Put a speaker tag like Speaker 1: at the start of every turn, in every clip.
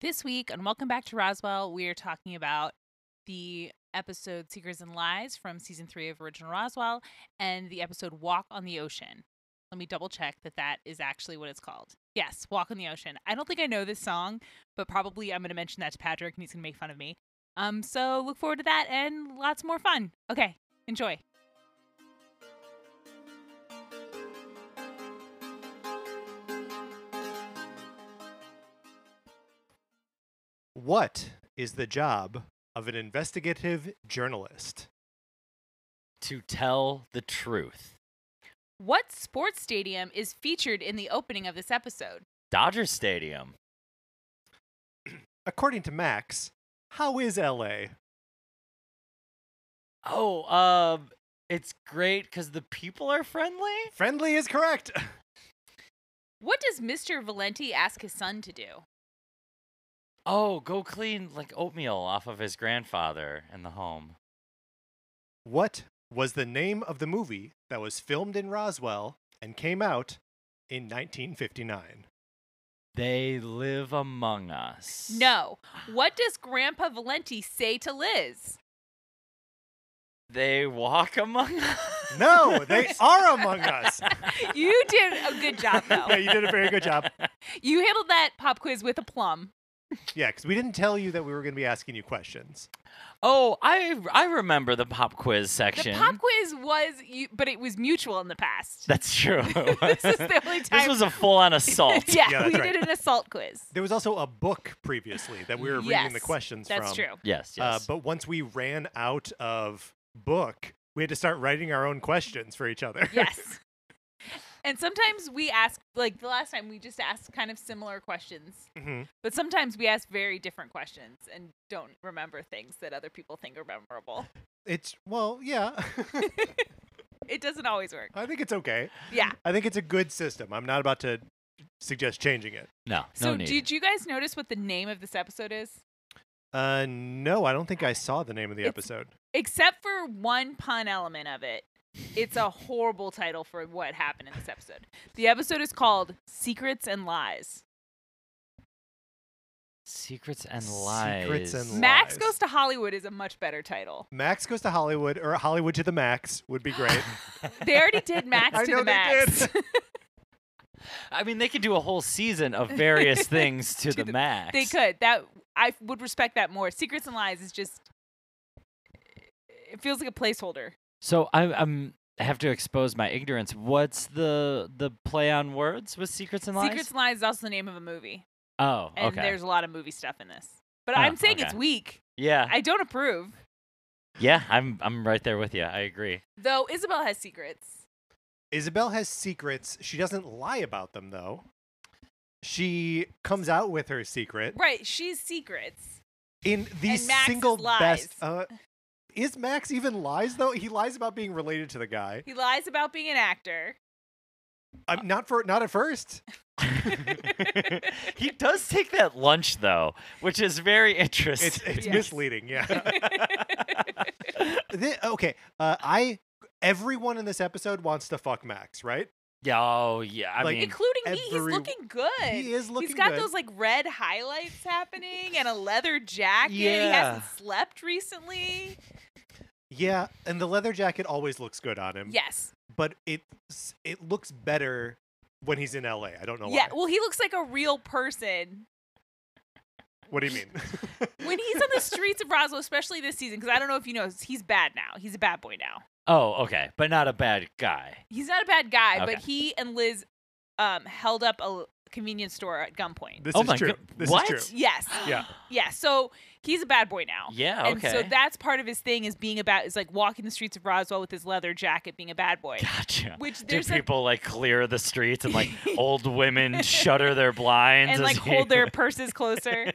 Speaker 1: This week and Welcome Back to Roswell, we are talking about the episode Secrets and Lies from season three of Original Roswell and the episode Walk on the Ocean. Let me double check that that is actually what it's called. Yes, Walk on the Ocean. I don't think I know this song, but probably I'm going to mention that to Patrick and he's going to make fun of me. Um, so look forward to that and lots more fun. Okay, enjoy.
Speaker 2: What is the job of an investigative journalist?
Speaker 3: to tell the truth.
Speaker 1: What sports stadium is featured in the opening of this episode?
Speaker 3: Dodger Stadium.
Speaker 2: According to Max, how is LA?
Speaker 3: Oh, um, it's great because the people are friendly.
Speaker 2: Friendly is correct.
Speaker 1: What does Mr. Valenti ask his son to do?
Speaker 3: Oh, go clean like oatmeal off of his grandfather in the home.
Speaker 2: What was the name of the movie that was filmed in Roswell and came out in 1959?
Speaker 3: They live among us.
Speaker 1: No. What does Grandpa Valenti say to Liz?
Speaker 3: They walk among us.
Speaker 2: No, they are among us.
Speaker 1: You did a good job,
Speaker 2: Yeah,
Speaker 1: though.
Speaker 2: you did a very good job.
Speaker 1: You handled that pop quiz with a plum.
Speaker 2: Yeah, because we didn't tell you that we were going to be asking you questions.
Speaker 3: Oh, I I remember the pop
Speaker 1: The
Speaker 3: quiz section.
Speaker 1: pop quiz was, you, but it was mutual in the past.
Speaker 3: That's true.
Speaker 1: this is the only time.
Speaker 3: This was a full on assault.
Speaker 1: yeah,
Speaker 2: Yeah,
Speaker 1: we
Speaker 2: that's right.
Speaker 1: did an assault quiz.
Speaker 2: There was also a book previously that we were reading the
Speaker 1: Yes,
Speaker 2: questions
Speaker 1: That's
Speaker 2: from.
Speaker 1: true.
Speaker 3: Yes, yes.
Speaker 2: Uh, but once we ran out of book, we had to start writing our own questions for each other.
Speaker 1: Yes. And sometimes we ask, like the last time, we just asked kind of similar questions.
Speaker 2: Mhm.
Speaker 1: But sometimes we ask very different questions and don't remember things that other people think are memorable.
Speaker 2: It's, well, yeah.
Speaker 1: It doesn't always work.
Speaker 2: I think it's okay.
Speaker 1: Yeah.
Speaker 2: I think it's a good system. I'm not about to suggest changing it.
Speaker 3: no,
Speaker 1: So,
Speaker 3: no need.
Speaker 1: did you guys notice what the name of this episode is?
Speaker 2: Uh, no, I don't think I saw the name of the
Speaker 1: It's-
Speaker 2: episode.
Speaker 1: Except for one pun element of it, it's a horrible title for what happened in this episode. The episode is called Secrets and Lies.
Speaker 3: Secrets and lies.
Speaker 2: Secrets and Lies.
Speaker 1: Max Goes to Hollywood is a much better title.
Speaker 2: Max goes to Hollywood or Hollywood to the Max would be great.
Speaker 1: They already did Max
Speaker 2: I
Speaker 1: to
Speaker 2: know
Speaker 1: the
Speaker 2: they
Speaker 1: Max.
Speaker 2: did.
Speaker 3: I mean, they could do a whole season of various things to,
Speaker 1: To
Speaker 3: the,
Speaker 1: the-
Speaker 3: max.
Speaker 1: they could. That I would respect that more. Secrets and Lies is just it feels like a placeholder.
Speaker 3: So I, I'm I have to expose my ignorance. What's the the play on words with secrets and lies?
Speaker 1: Secrets and Lies is also the name of a movie.
Speaker 3: Oh,
Speaker 1: And
Speaker 3: okay.
Speaker 1: there's a lot of movie stuff in this. But
Speaker 3: Huh,
Speaker 1: I'm saying it's
Speaker 3: okay.
Speaker 1: weak.
Speaker 3: yeah,
Speaker 1: I don't approve.
Speaker 3: yeah. I'm I'm right there with you. I agree.
Speaker 1: Though Isabel has secrets.
Speaker 2: Isabel has secrets. She doesn't lie about them though. She comes out with her secret
Speaker 1: Right, she's secrets.
Speaker 2: in the
Speaker 1: And Max's
Speaker 2: single
Speaker 1: lies.
Speaker 2: best. Uh, is Max even lies though? He lies about being related to the guy.
Speaker 1: He lies about being an actor.
Speaker 3: Uh,
Speaker 2: I'm not for not at first.
Speaker 3: he does take that lunch though, which is very interesting.
Speaker 2: It's it's
Speaker 1: Yes.
Speaker 2: misleading. Yeah. Thi- okay. Uh, I everyone in this episode wants to fuck Max, right?
Speaker 3: yeah, oh yeah. I
Speaker 2: Like-
Speaker 3: mean,
Speaker 1: Including me, he's
Speaker 2: Every-
Speaker 1: looking good.
Speaker 2: He is looking
Speaker 1: He's got
Speaker 2: good.
Speaker 1: those like red highlights happening and a leather jacket. He
Speaker 3: Yeah.
Speaker 1: hasn't slept recently.
Speaker 2: Yeah, and the leather jacket always looks good on him.
Speaker 1: Yes.
Speaker 2: but it it looks better when he's in LA. I don't know
Speaker 1: Yeah.
Speaker 2: why.
Speaker 1: Well, he looks like a real person
Speaker 2: What do you mean?
Speaker 1: when he's on the streets of Roswell, especially this season. Because I don't know if you know, he's bad now. He's a bad boy now.
Speaker 3: oh okay, but not a bad guy.
Speaker 1: He's not a bad guy, but
Speaker 3: Okay.
Speaker 1: he and Liz um, held up a convenience store at gunpoint.
Speaker 2: this
Speaker 3: Oh
Speaker 2: is
Speaker 3: my
Speaker 2: true.
Speaker 3: go-
Speaker 2: This is
Speaker 3: what?
Speaker 2: true.
Speaker 1: yes.
Speaker 2: Yeah.
Speaker 1: Yeah. So he's a bad boy now.
Speaker 3: Yeah,
Speaker 1: And
Speaker 3: okay.
Speaker 1: so that's part of his thing is being about is like walking the streets of Roswell with his leather jacket, being a bad boy.
Speaker 3: gotcha.
Speaker 1: Which
Speaker 3: Do
Speaker 1: there's a,
Speaker 3: people like clear the streets and like old women shutter their blinds
Speaker 1: and
Speaker 3: as
Speaker 1: like
Speaker 3: you-
Speaker 1: hold their purses closer.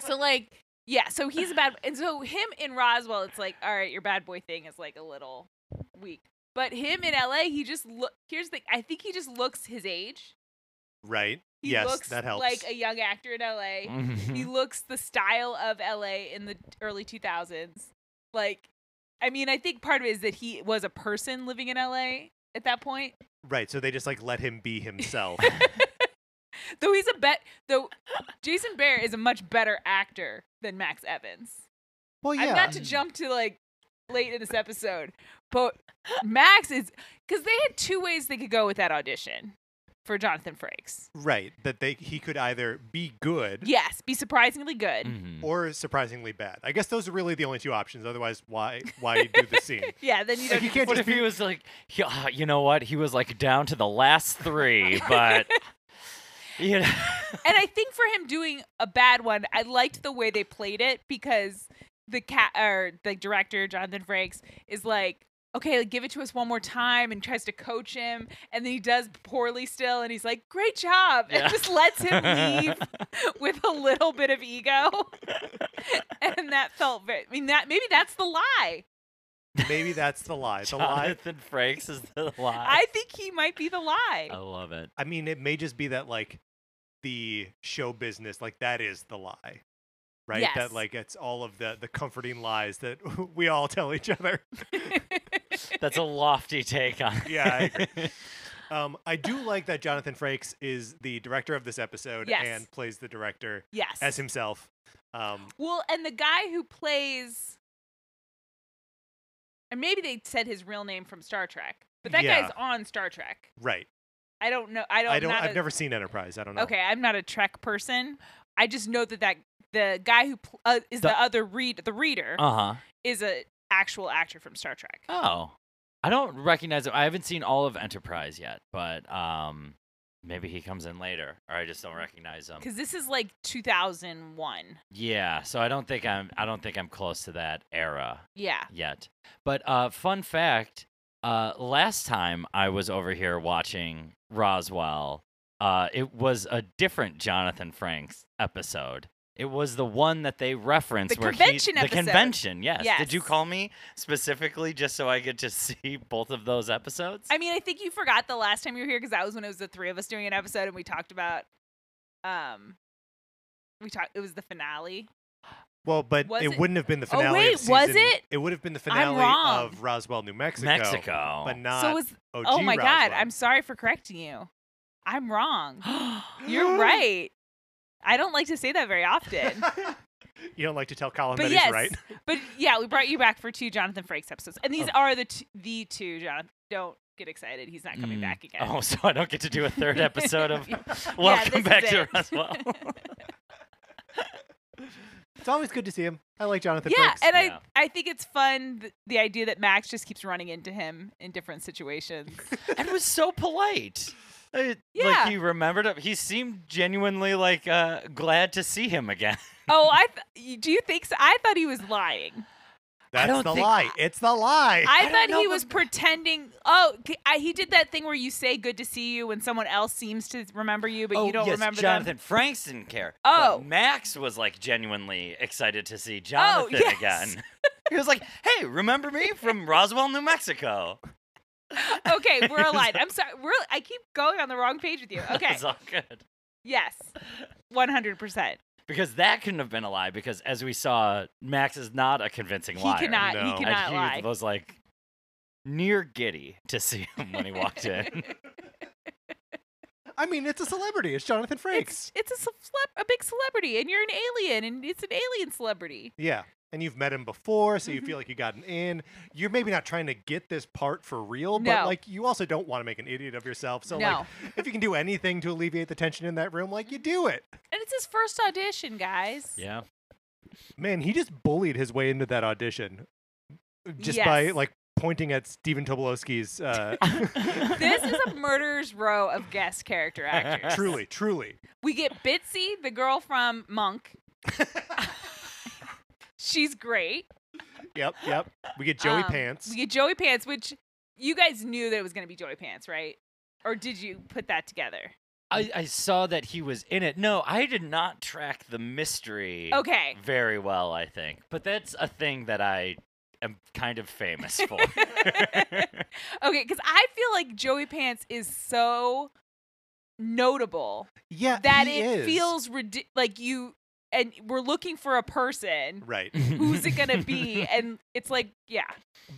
Speaker 1: so like yeah, so he's a bad and so him in Roswell, it's like all right, your bad boy thing is like a little weak. But him in LA, he just look. Here's the. I think he just looks his age.
Speaker 2: Right.
Speaker 1: He
Speaker 2: yes,
Speaker 1: looks
Speaker 2: that helps.
Speaker 1: like a young actor in LA.
Speaker 3: Mhm.
Speaker 1: he looks the style of LA in the early 2000s. Like, I mean, I think part of it is that he was a person living in LA at that point.
Speaker 2: right. So they just like let him be himself.
Speaker 1: Though he's a bet. Though Jason Bear is a much better actor than Max Evans.
Speaker 2: Well,
Speaker 1: i
Speaker 2: yeah.
Speaker 1: am not to jump to like late in this episode, but Max is because they had two ways they could go with that audition for Jonathan Frakes.
Speaker 2: Right. That they he could either be good
Speaker 1: Yes, be surprisingly good.
Speaker 3: Mhm.
Speaker 2: or surprisingly bad. I guess those are really the only two options. Otherwise, why why do the scene?
Speaker 1: Yeah, then you
Speaker 2: Like
Speaker 1: don't.
Speaker 2: you can't
Speaker 3: What
Speaker 2: just
Speaker 3: if he
Speaker 2: be
Speaker 3: was like, "Yeah, ah, you know what? He was like down to the last three, but you know,
Speaker 1: and I think for him doing a bad one, I liked the way they played it because the cat or the director Jonathan Frakes is like, okay, like, give it to us one more time, and tries to coach him, and then he does poorly still, and he's like, great job,
Speaker 3: Yeah.
Speaker 1: and just lets him leave with a little bit of ego, and that felt very. I mean, that maybe that's the lie.
Speaker 2: maybe that's the lie. The lie.
Speaker 3: Jonathan Frakes is the lie.
Speaker 1: I think he might be the lie.
Speaker 3: I love it.
Speaker 2: I mean, it may just be that like the show business, like that is the lie. Right?
Speaker 1: Yes.
Speaker 2: That like it's all of the the comforting lies that we all tell each other.
Speaker 3: That's a lofty take on. it.
Speaker 2: Yeah, I agree. Um, I do like that Jonathan Frakes is the director of this episode
Speaker 1: Yes.
Speaker 2: and plays the director
Speaker 1: yes.
Speaker 2: as himself. Um,
Speaker 1: Well, and the guy who plays, and maybe they said his real name from Star Trek, but that
Speaker 2: Yeah.
Speaker 1: guy's on Star Trek.
Speaker 2: right.
Speaker 1: I don't know. I don't.
Speaker 2: I don't.
Speaker 1: not
Speaker 2: I've
Speaker 1: a-
Speaker 2: never seen Enterprise. I don't know.
Speaker 1: Okay, I'm not a Trek person. I just know that that the guy who pl- uh, is the,
Speaker 3: The-
Speaker 1: other read the reader
Speaker 3: Uh huh.
Speaker 1: is a actual actor from Star Trek.
Speaker 3: Oh, I don't recognize him. I haven't seen all of Enterprise yet, but um, maybe he comes in later, or I just don't recognize him.
Speaker 1: Because this is like 2001.
Speaker 3: Yeah, so I don't think I'm. I don't think I'm close to that era.
Speaker 1: Yeah.
Speaker 3: yet. But uh, fun fact: uh, last time I was over here watching Roswell, uh, it was a different Jonathan Franks episode. It was the one that they referenced.
Speaker 1: The
Speaker 3: where
Speaker 1: convention
Speaker 3: he,
Speaker 1: episode.
Speaker 3: The convention, yes. Did you
Speaker 1: Yes.
Speaker 3: call me specifically just so I get to see both of those episodes?
Speaker 1: I mean, I think you forgot the last time you were here because that was when it was the three of us doing an episode and we talked about, um, we talked. It was the finale.
Speaker 2: Well, but
Speaker 1: Was
Speaker 2: it,
Speaker 1: it-
Speaker 2: wouldn't have been the
Speaker 1: Oh,
Speaker 2: finale. of
Speaker 1: wait, was
Speaker 2: season-
Speaker 1: it?
Speaker 2: It would have been the
Speaker 1: I'm
Speaker 2: finale
Speaker 1: wrong.
Speaker 2: of Roswell, New Mexico.
Speaker 3: Mexico.
Speaker 2: But not
Speaker 1: so was
Speaker 2: OG
Speaker 1: Oh my god,
Speaker 2: Roswell.
Speaker 1: I'm sorry for correcting you. I'm wrong. You're right. I don't like to say that very
Speaker 3: Oh,
Speaker 1: often.
Speaker 2: you don't like to tell Colin
Speaker 1: but
Speaker 2: that
Speaker 1: yes.
Speaker 2: he's right.
Speaker 1: But yeah, we brought you back for two Jonathan Frakes episodes. And these
Speaker 3: Oh.
Speaker 1: are the t- the two Jonathan don't get excited. He's not coming
Speaker 3: Mm.
Speaker 1: back again.
Speaker 3: Oh, so I don't get to do a third episode of
Speaker 1: Yeah,
Speaker 3: Welcome
Speaker 1: this
Speaker 3: Back
Speaker 1: is
Speaker 3: to
Speaker 1: it.
Speaker 3: Roswell.
Speaker 2: It's always good to see him. I like Jonathan.
Speaker 1: yeah,
Speaker 2: Frakes.
Speaker 1: and I
Speaker 3: yeah.
Speaker 1: I think it's fun th- the idea that Max just keeps running into him in different situations.
Speaker 3: and was so polite. Uh,
Speaker 1: Yeah.
Speaker 3: Like he remembered him. He seemed genuinely like uh, glad to see him again.
Speaker 1: oh, I th- do you think so? I thought he was lying.
Speaker 3: I
Speaker 2: that's
Speaker 3: don't
Speaker 2: the
Speaker 3: think-
Speaker 2: lie. It's the lie.
Speaker 1: I,
Speaker 3: I don't
Speaker 1: thought he
Speaker 3: know
Speaker 1: was
Speaker 3: the-
Speaker 1: pretending. Oh, c- I, he did that thing where you say "good to see you" when someone else seems to remember you, but
Speaker 3: oh,
Speaker 1: you don't
Speaker 3: yes,
Speaker 1: remember
Speaker 3: Jonathan Franks didn't care.
Speaker 1: Oh.
Speaker 3: But Max was like genuinely excited to see Jonathan
Speaker 1: yes.
Speaker 3: again. he was like, "Hey, remember me from Roswell, New Mexico?"
Speaker 1: them. Okay, we're aligned. I'm sorry. We're. I keep going on the wrong page with you. Okay.
Speaker 3: it's all good
Speaker 1: yes. One hundred percent.
Speaker 3: because that couldn't have been a lie. Because as we saw, Max is not a convincing
Speaker 1: He
Speaker 3: liar.
Speaker 1: cannot.
Speaker 2: No.
Speaker 1: He
Speaker 3: And
Speaker 1: cannot
Speaker 3: he
Speaker 1: lie.
Speaker 3: was like near giddy to see him when he walked in.
Speaker 2: I mean, it's a celebrity. It's Jonathan Frakes.
Speaker 1: It's, it's a, celeb- a big celebrity, and you're an alien, and it's an alien celebrity.
Speaker 2: Yeah. And you've met him before, so you
Speaker 1: Mm-hmm.
Speaker 2: feel like you got an in. You're maybe not trying to get this part for real, but
Speaker 1: No.
Speaker 2: like you also don't want to make an idiot of yourself. So
Speaker 1: no,
Speaker 2: like if you can do anything to alleviate the tension in that room, like you do it.
Speaker 1: and it's his first audition, guys.
Speaker 3: Yeah.
Speaker 2: Man, he just bullied his way into that audition. Just by
Speaker 1: Yes.
Speaker 2: like pointing at Stephen Tobolowsky's uh
Speaker 1: This is a murderer's row of guest character actors.
Speaker 2: truly, truly.
Speaker 1: We get Bitsy, the girl from Monk. She's great.
Speaker 2: Yep, yep. We get Joey
Speaker 1: Um,
Speaker 2: Pants.
Speaker 1: We get Joey Pants, which you guys knew that it was going to be Joey Pants, right? Or did you put that together?
Speaker 3: I, I saw that he was in it. No, I did not track the mystery
Speaker 1: Okay.
Speaker 3: very well, I think. But that's a thing that I am kind of famous for.
Speaker 1: Okay, because I feel like Joey Pants is so notable
Speaker 2: yeah,
Speaker 1: that
Speaker 2: Uh, he
Speaker 1: it
Speaker 2: is.
Speaker 1: feels ridi- like you, and we're looking for a person.
Speaker 2: right.
Speaker 1: Who's it going to be? And it's like, yeah.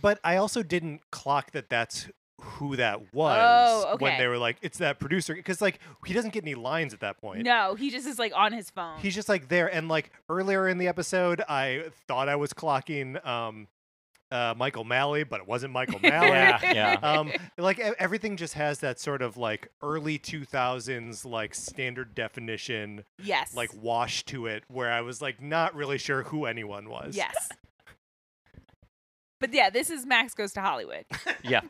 Speaker 2: But I also didn't clock that that's who that was
Speaker 1: Oh,
Speaker 2: when
Speaker 1: okay.
Speaker 2: they were like, it's that producer. Because, like, he doesn't get any lines at that point.
Speaker 1: No, he just is like on his phone.
Speaker 2: He's just like there. And, like, earlier in the episode, I thought I was clocking um, uh, Michael Malley, but it wasn't Michael Malley.
Speaker 3: Yeah, yeah.
Speaker 2: Um, like, e- everything just has that sort of, like, early 2000s, like, standard definition
Speaker 1: yes.
Speaker 2: like wash to it where I was like not really sure who anyone was.
Speaker 1: Yes. but yeah, this is Max Goes to Hollywood.
Speaker 3: yeah.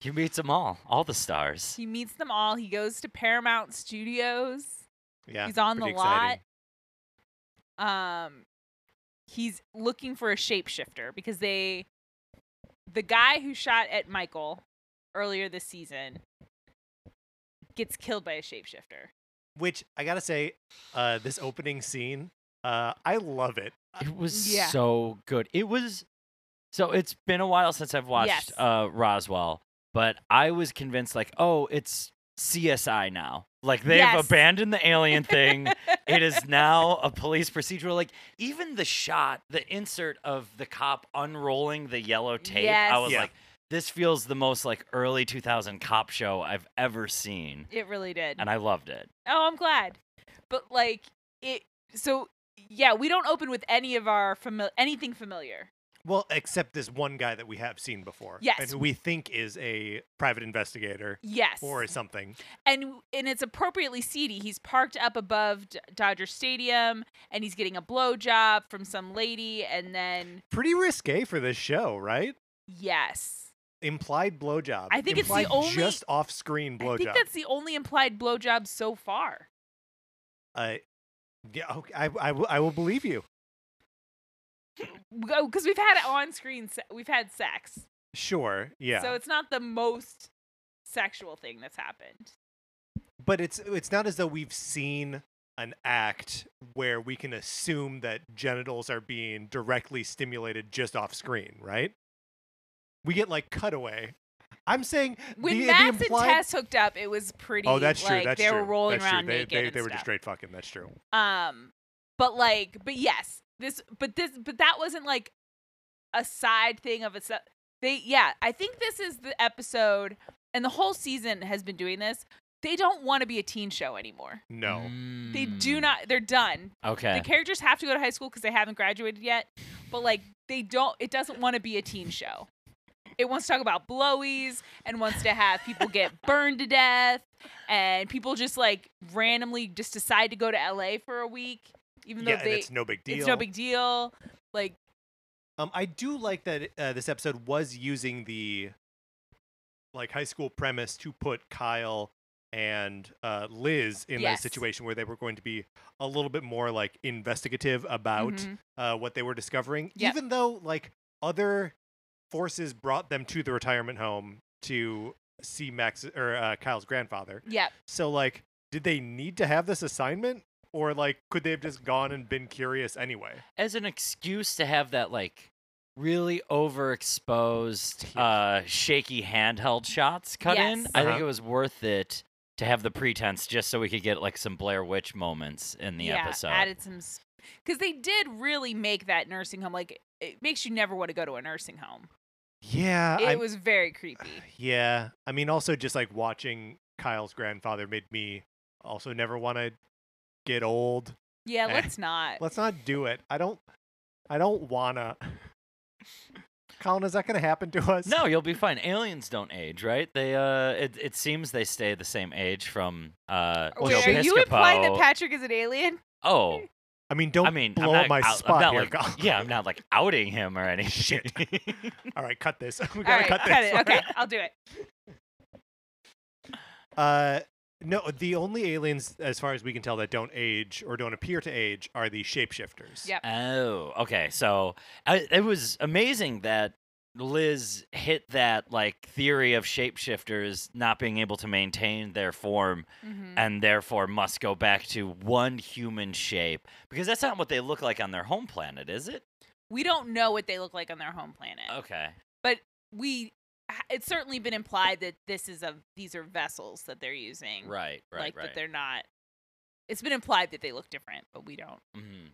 Speaker 3: He meets them all, all the stars.
Speaker 1: He meets them all. He goes to Paramount Studios.
Speaker 2: Yeah.
Speaker 1: he's on the
Speaker 2: pretty
Speaker 1: lot.
Speaker 2: exciting.
Speaker 1: Um, he's looking for a shapeshifter because they, the guy who shot at Michael earlier this season, gets killed by a shapeshifter.
Speaker 2: Which I gotta say, uh, this opening scene, uh, I love it.
Speaker 3: It was
Speaker 1: uh, Yeah.
Speaker 3: so good. It was so it's been a while since I've watched
Speaker 1: Yes.
Speaker 3: uh Roswell, but I was convinced like, oh, it's CSI now. Like they've
Speaker 1: Yes.
Speaker 3: abandoned the alien thing. it is now a police procedural. Like even the shot, the insert of the cop unrolling the yellow tape,
Speaker 1: Yes.
Speaker 3: I was
Speaker 2: Yeah.
Speaker 3: like, this feels the most like early 2000 cop show I've ever seen,
Speaker 1: It really did.
Speaker 3: and I loved it.
Speaker 1: Oh, I'm glad. But like it so yeah, we don't open with any of our fami- anything familiar.
Speaker 2: Well, except this one guy that we have seen before.
Speaker 1: Yes.
Speaker 2: And who we think is a private investigator
Speaker 1: Yes.
Speaker 2: or something.
Speaker 1: and and it's appropriately seedy. He's parked up above D- Dodger Stadium and he's getting a blowjob from some lady and then
Speaker 2: Pretty risque for this show, right?
Speaker 1: yes.
Speaker 2: Implied blowjob.
Speaker 1: I think it's the
Speaker 2: Implied
Speaker 1: only-
Speaker 2: just off screen
Speaker 1: I think
Speaker 2: blowjob.
Speaker 1: that's the only implied blowjob so far.
Speaker 2: Uh, yeah, okay, I, I, will- I will believe you.
Speaker 1: Because we've had on-screen se- we've had sex.
Speaker 2: Sure. Yeah.
Speaker 1: So it's not the most sexual thing that's happened.
Speaker 2: but it's it's not as though we've seen an act where we can assume that genitals are being directly stimulated just off screen, right? We get like cutaway. I'm saying
Speaker 1: When
Speaker 2: the, the
Speaker 1: Max
Speaker 2: implied-
Speaker 1: and Tess hooked up, it was pretty.
Speaker 2: Oh, that's true.
Speaker 1: Like,
Speaker 2: that's
Speaker 1: they
Speaker 2: true.
Speaker 1: were rolling
Speaker 2: that's
Speaker 1: around
Speaker 2: true. They,
Speaker 1: naked.
Speaker 2: they,
Speaker 1: and
Speaker 2: they were just
Speaker 1: stuff.
Speaker 2: straight fucking. That's true.
Speaker 1: Um, but like, but yes, this, but this, but that wasn't like a side thing of itself. They, yeah, I think this is the episode, and the whole season has been doing this. They don't want to be a teen show anymore.
Speaker 2: No.
Speaker 1: They
Speaker 2: Hmm.
Speaker 1: do not. They're done.
Speaker 3: Okay.
Speaker 1: The characters have to go to high school because they haven't graduated yet. But like, they don't. It doesn't want to be a teen show. It wants to talk about blowies and wants to have people get burned to death and people just like randomly just decide to go to LA for a week, even though
Speaker 2: Yeah,
Speaker 1: they
Speaker 2: and it's no big deal.
Speaker 1: it's no big deal. Like,
Speaker 2: Um, I do like that uh, this episode was using the like high school premise to put Kyle and uh, Liz in
Speaker 1: Yes.
Speaker 2: a situation where they were going to be a little bit more like investigative about
Speaker 1: mhm.
Speaker 2: uh, what they were discovering,
Speaker 1: Yep.
Speaker 2: even though like other forces brought them to the retirement home to see Max or uh, Kyle's grandfather.
Speaker 1: yeah,
Speaker 2: So like, did they need to have this assignment, or like, could they have just gone and been curious anyway?
Speaker 3: as an excuse to have that like really overexposed
Speaker 2: Yeah.
Speaker 3: uh shaky handheld shots cut in
Speaker 1: Yes.
Speaker 3: i think
Speaker 2: Uh-huh.
Speaker 3: it was worth it to have the pretense just so we could get like some blair witch moments in the
Speaker 1: yeah,
Speaker 3: episode
Speaker 1: added some because they did really make that nursing home like it makes you never want to go to a nursing home.
Speaker 2: Yeah,
Speaker 1: It was very creepy.
Speaker 2: Yeah. I mean, also just like watching Kyle's grandfather made me also never want to get old.
Speaker 1: Yeah,
Speaker 2: Eh.
Speaker 1: let's not.
Speaker 2: Let's not do it. I don't, I don't wanna. Colin, is that going to happen to us?
Speaker 3: no you'll be fine aliens don't age right they uh it, it seems they stay the same age from uh
Speaker 2: Well,
Speaker 1: Wait,
Speaker 3: Joe
Speaker 2: she-
Speaker 1: are you implying that
Speaker 3: Piscopo-
Speaker 1: Patrick is an alien?
Speaker 3: oh
Speaker 2: I mean, don't
Speaker 3: i mean
Speaker 2: blow
Speaker 3: I'm
Speaker 2: up
Speaker 3: not
Speaker 2: my
Speaker 3: out- I'm
Speaker 2: spot
Speaker 3: not,
Speaker 2: here,
Speaker 3: like-
Speaker 2: Colin.
Speaker 3: yeah i'm not like outing him or anything
Speaker 2: Shit. All right, cut this. we
Speaker 1: All
Speaker 2: gotta
Speaker 1: right,
Speaker 2: cut
Speaker 1: cut,
Speaker 2: this.
Speaker 1: it. Okay, I'll do it.
Speaker 2: Uh, no, the only aliens, as far as we can tell, that don't age or don't appear to age are the shapeshifters.
Speaker 1: Yep.
Speaker 3: Oh, okay. So I, it was amazing that Liz hit that like theory of shapeshifters not being able to maintain their form
Speaker 1: Mhm.
Speaker 3: and therefore must go back to one human shape because that's not what they look like on their home planet, is it?
Speaker 1: We don't know what they look like on their home planet.
Speaker 3: Okay.
Speaker 1: We it's certainly been implied that this is a these are vessels that they're using.
Speaker 3: Right. Right.
Speaker 1: like
Speaker 3: right.
Speaker 1: that they're not it's been implied that they look different, but we don't.
Speaker 3: hmm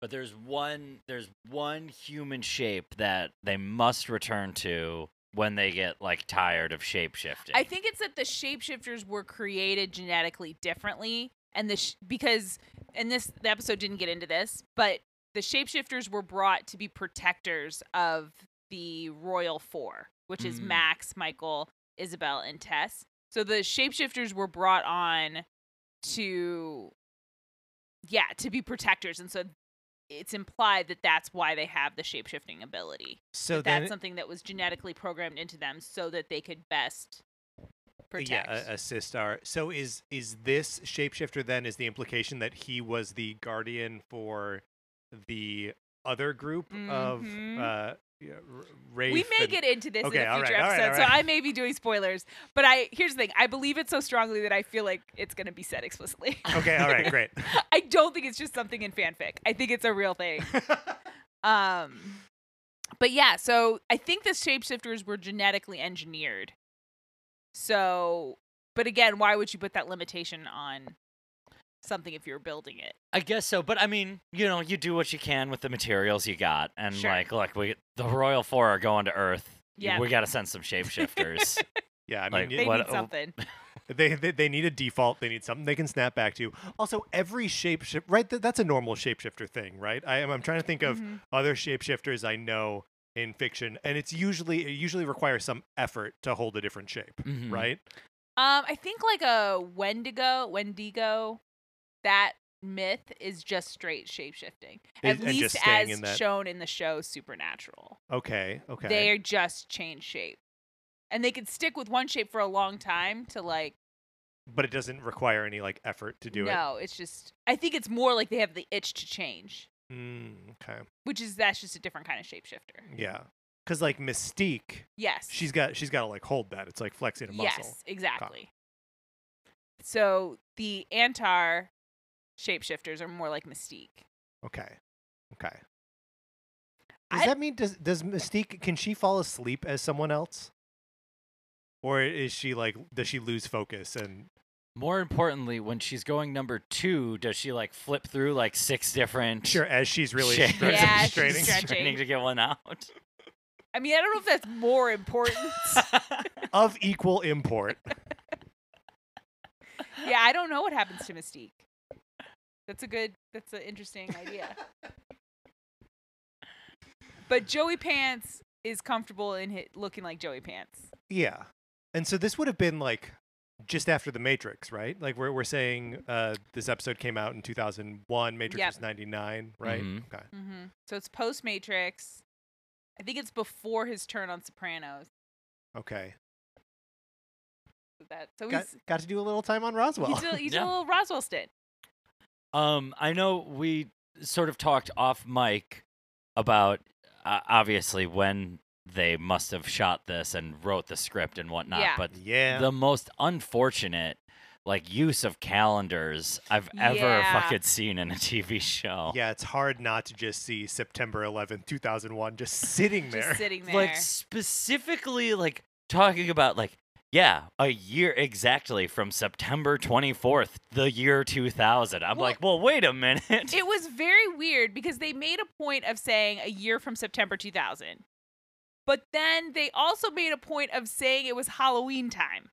Speaker 3: But there's one there's one human shape that they must return to when they get like tired of shapeshifting.
Speaker 1: I think it's that the shapeshifters were created genetically differently, and the sh- because and this the episode didn't get into this, but the shapeshifters were brought to be protectors of the royal four, which is
Speaker 3: Mm.
Speaker 1: Max, Michael, Isabel, and Tess. So the shapeshifters were brought on to, yeah, to be protectors, and so it's implied that that's why they have the shapeshifting ability
Speaker 2: So
Speaker 1: that's
Speaker 2: then,
Speaker 1: something that was genetically programmed into them so that they could best protect.
Speaker 2: yeah, a, assist our. So is is this shapeshifter then? Is the implication that he was the guardian for the other group of
Speaker 1: Mhm.
Speaker 2: uh, yeah, Rafe?
Speaker 1: we may
Speaker 2: and-
Speaker 1: get into this
Speaker 2: Okay,
Speaker 1: in a
Speaker 2: all right,
Speaker 1: future
Speaker 2: all right,
Speaker 1: episode,
Speaker 2: all
Speaker 1: so
Speaker 2: right.
Speaker 1: I may be doing spoilers. But I here's the thing: I believe it so strongly that I feel like it's going to be said explicitly.
Speaker 2: Okay, all right, great.
Speaker 1: I don't think it's just something in fanfic. I think it's a real thing. Um, but yeah, so I think the shapeshifters were genetically engineered. So, but again, why would you put that limitation on something if you're building it?
Speaker 3: I guess so, but I mean, you know, you do what you can with the materials you got, and
Speaker 1: Sure.
Speaker 3: like, look, we the royal four are going to Earth.
Speaker 1: Yeah.
Speaker 3: we got to send some shapeshifters.
Speaker 2: yeah, oh, I mean,
Speaker 3: Like,
Speaker 2: it-
Speaker 1: They
Speaker 3: What-
Speaker 1: need something.
Speaker 2: They, they they need a default. They need something they can snap back to. Also, every shapeshift right? Th- that's a normal shapeshifter thing, right? I am I'm trying to think of
Speaker 1: Mhm.
Speaker 2: other shapeshifters I know in fiction, and it's usually it usually requires some effort to hold a different shape,
Speaker 3: Mhm.
Speaker 2: right?
Speaker 1: Um, I think like a Wendigo, Wendigo, that myth is just straight shapeshifting. At
Speaker 2: And- and
Speaker 1: least
Speaker 2: just staying
Speaker 1: as
Speaker 2: in that-
Speaker 1: shown in the show Supernatural.
Speaker 2: Okay, okay.
Speaker 1: They just change shape. And they could stick with one shape for a long time to like
Speaker 2: but it doesn't require any like effort to do
Speaker 1: no, it's just I think it's more like they have the itch to change,
Speaker 2: it. Mm, okay,
Speaker 1: which is that's just a different kind of shapeshifter.
Speaker 2: yeah, because like Mystique,
Speaker 1: Yes.
Speaker 2: she's got she's got to like hold that. It's like flexing a muscle.
Speaker 1: Yes, exactly. So the Antar shapeshifters are more like Mystique.
Speaker 2: Okay, okay. Does
Speaker 1: I-
Speaker 2: that mean does does Mystique can she fall asleep as someone else, or is she like does she lose focus and
Speaker 3: More importantly, when she's going number two, does she like flip through like six different?
Speaker 2: sure as she's really
Speaker 3: shapes?
Speaker 2: stra-
Speaker 1: Yeah, she's
Speaker 2: straining?
Speaker 1: stretching.
Speaker 3: to get one out.
Speaker 1: I mean, I don't know if that's more important.
Speaker 2: of equal import?
Speaker 1: yeah, I don't know what happens to Mystique. That's a good. That's an interesting idea. but Joey Pants is comfortable in hi looking like Joey Pants.
Speaker 2: yeah, and so this would have been like just after the Matrix, right? Like we're we're saying uh, this episode came out in two thousand one. Matrix
Speaker 1: Yep.
Speaker 2: was ninety nine, right?
Speaker 3: Mhm.
Speaker 2: Okay.
Speaker 1: Mm-hmm. So it's post Matrix. I think it's before his turn on Sopranos.
Speaker 2: Okay.
Speaker 1: So That so
Speaker 2: Got,
Speaker 1: he's
Speaker 2: got to do a little time on Roswell.
Speaker 1: he did, he did
Speaker 3: Yeah.
Speaker 1: a little Roswell stint.
Speaker 3: Um, I know we sort of talked off mic about uh, obviously when they must have shot this and wrote the script and whatnot,
Speaker 1: Yeah.
Speaker 3: but
Speaker 2: yeah.
Speaker 3: the most unfortunate like use of calendars I've ever
Speaker 1: Yeah.
Speaker 3: fucking seen in a TV show.
Speaker 2: Yeah, it's hard not to just see September 11th, 2001 just sitting there.
Speaker 1: Just sitting there.
Speaker 3: Like specifically like talking about like yeah, a year exactly from September 24th, the year 2000. I'm
Speaker 1: Well-
Speaker 3: like, "Well, wait a minute."
Speaker 1: It was very weird because they made a point of saying a year from September 2000. But then they also made a point of saying it was Halloween time.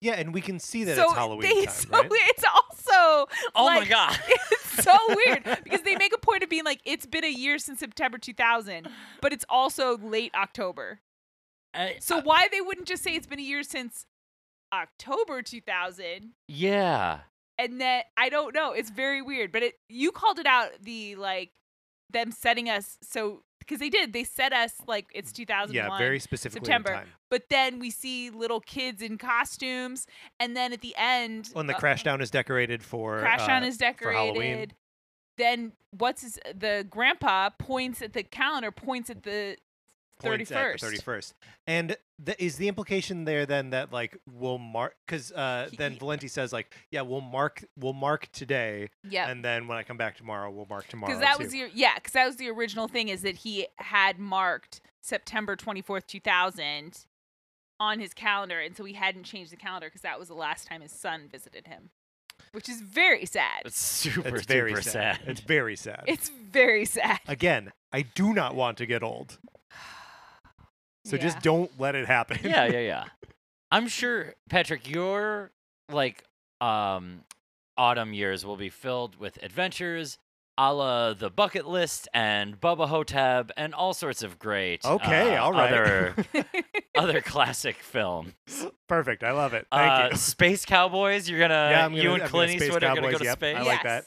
Speaker 2: yeah, and we can see that
Speaker 1: so
Speaker 2: it's Halloween
Speaker 1: they-
Speaker 2: time,
Speaker 1: so
Speaker 2: right?
Speaker 1: it's also
Speaker 3: oh my
Speaker 1: like-
Speaker 3: god.
Speaker 1: it's so weird because they make a point of being like it's been a year since September 2000, but it's also late October.
Speaker 3: I-
Speaker 2: Uh,
Speaker 1: So why they wouldn't just say it's been a year since October 2000
Speaker 3: Yeah.
Speaker 1: and that I don't know. It's very weird, but it you called it out the like them setting us so because they did they set us like it's 2001,
Speaker 2: Yeah, very specifically
Speaker 1: September.
Speaker 2: in time.
Speaker 1: but then we see little kids in costumes, and then at the end
Speaker 2: When the
Speaker 1: uh,
Speaker 2: Crashdown is decorated for
Speaker 1: Crashdown
Speaker 2: uh,
Speaker 1: is
Speaker 2: for Halloween.
Speaker 1: decorated. Then what's his, the grandpa points at the calendar, points at the
Speaker 2: points at
Speaker 1: 31st.
Speaker 2: the 31st. And th- is the implication there then that like we'll mark cuz uh,
Speaker 1: He-
Speaker 2: then
Speaker 1: he-
Speaker 2: Valenti says like, yeah, we'll mark we'll mark today
Speaker 1: yeah,
Speaker 2: and then when I come back tomorrow, we'll mark tomorrow.
Speaker 1: because that was
Speaker 2: too.
Speaker 1: the yeah, because that was the original thing is that he had marked September 24th, 2000 on his calendar, and so he hadn't changed the calendar because that was the last time his son visited him, which is very sad.
Speaker 3: It's super,
Speaker 2: it's very
Speaker 3: super sad.
Speaker 2: sad. It's very sad.
Speaker 1: It's very sad.
Speaker 2: Again, I do not want to get old. So just
Speaker 1: Yeah.
Speaker 2: don't let it happen.
Speaker 3: yeah, yeah, yeah. I'm sure Patrick, your like um autumn years will be filled with adventures, a la the bucket list and Bubba Hotep and all sorts of great
Speaker 2: Okay,
Speaker 3: uh,
Speaker 2: all right.
Speaker 3: other other classic film.
Speaker 2: Perfect. I love it. Thank
Speaker 3: uh,
Speaker 2: you.
Speaker 3: Space Cowboys, you're gonna,
Speaker 2: Yeah, I'm
Speaker 3: you
Speaker 2: gonna-
Speaker 3: and
Speaker 2: I'm gonna
Speaker 3: Clint
Speaker 2: Space
Speaker 3: Eastwood are gonna
Speaker 2: Cowboys,
Speaker 3: go to
Speaker 2: yep,
Speaker 3: space.
Speaker 2: I like that.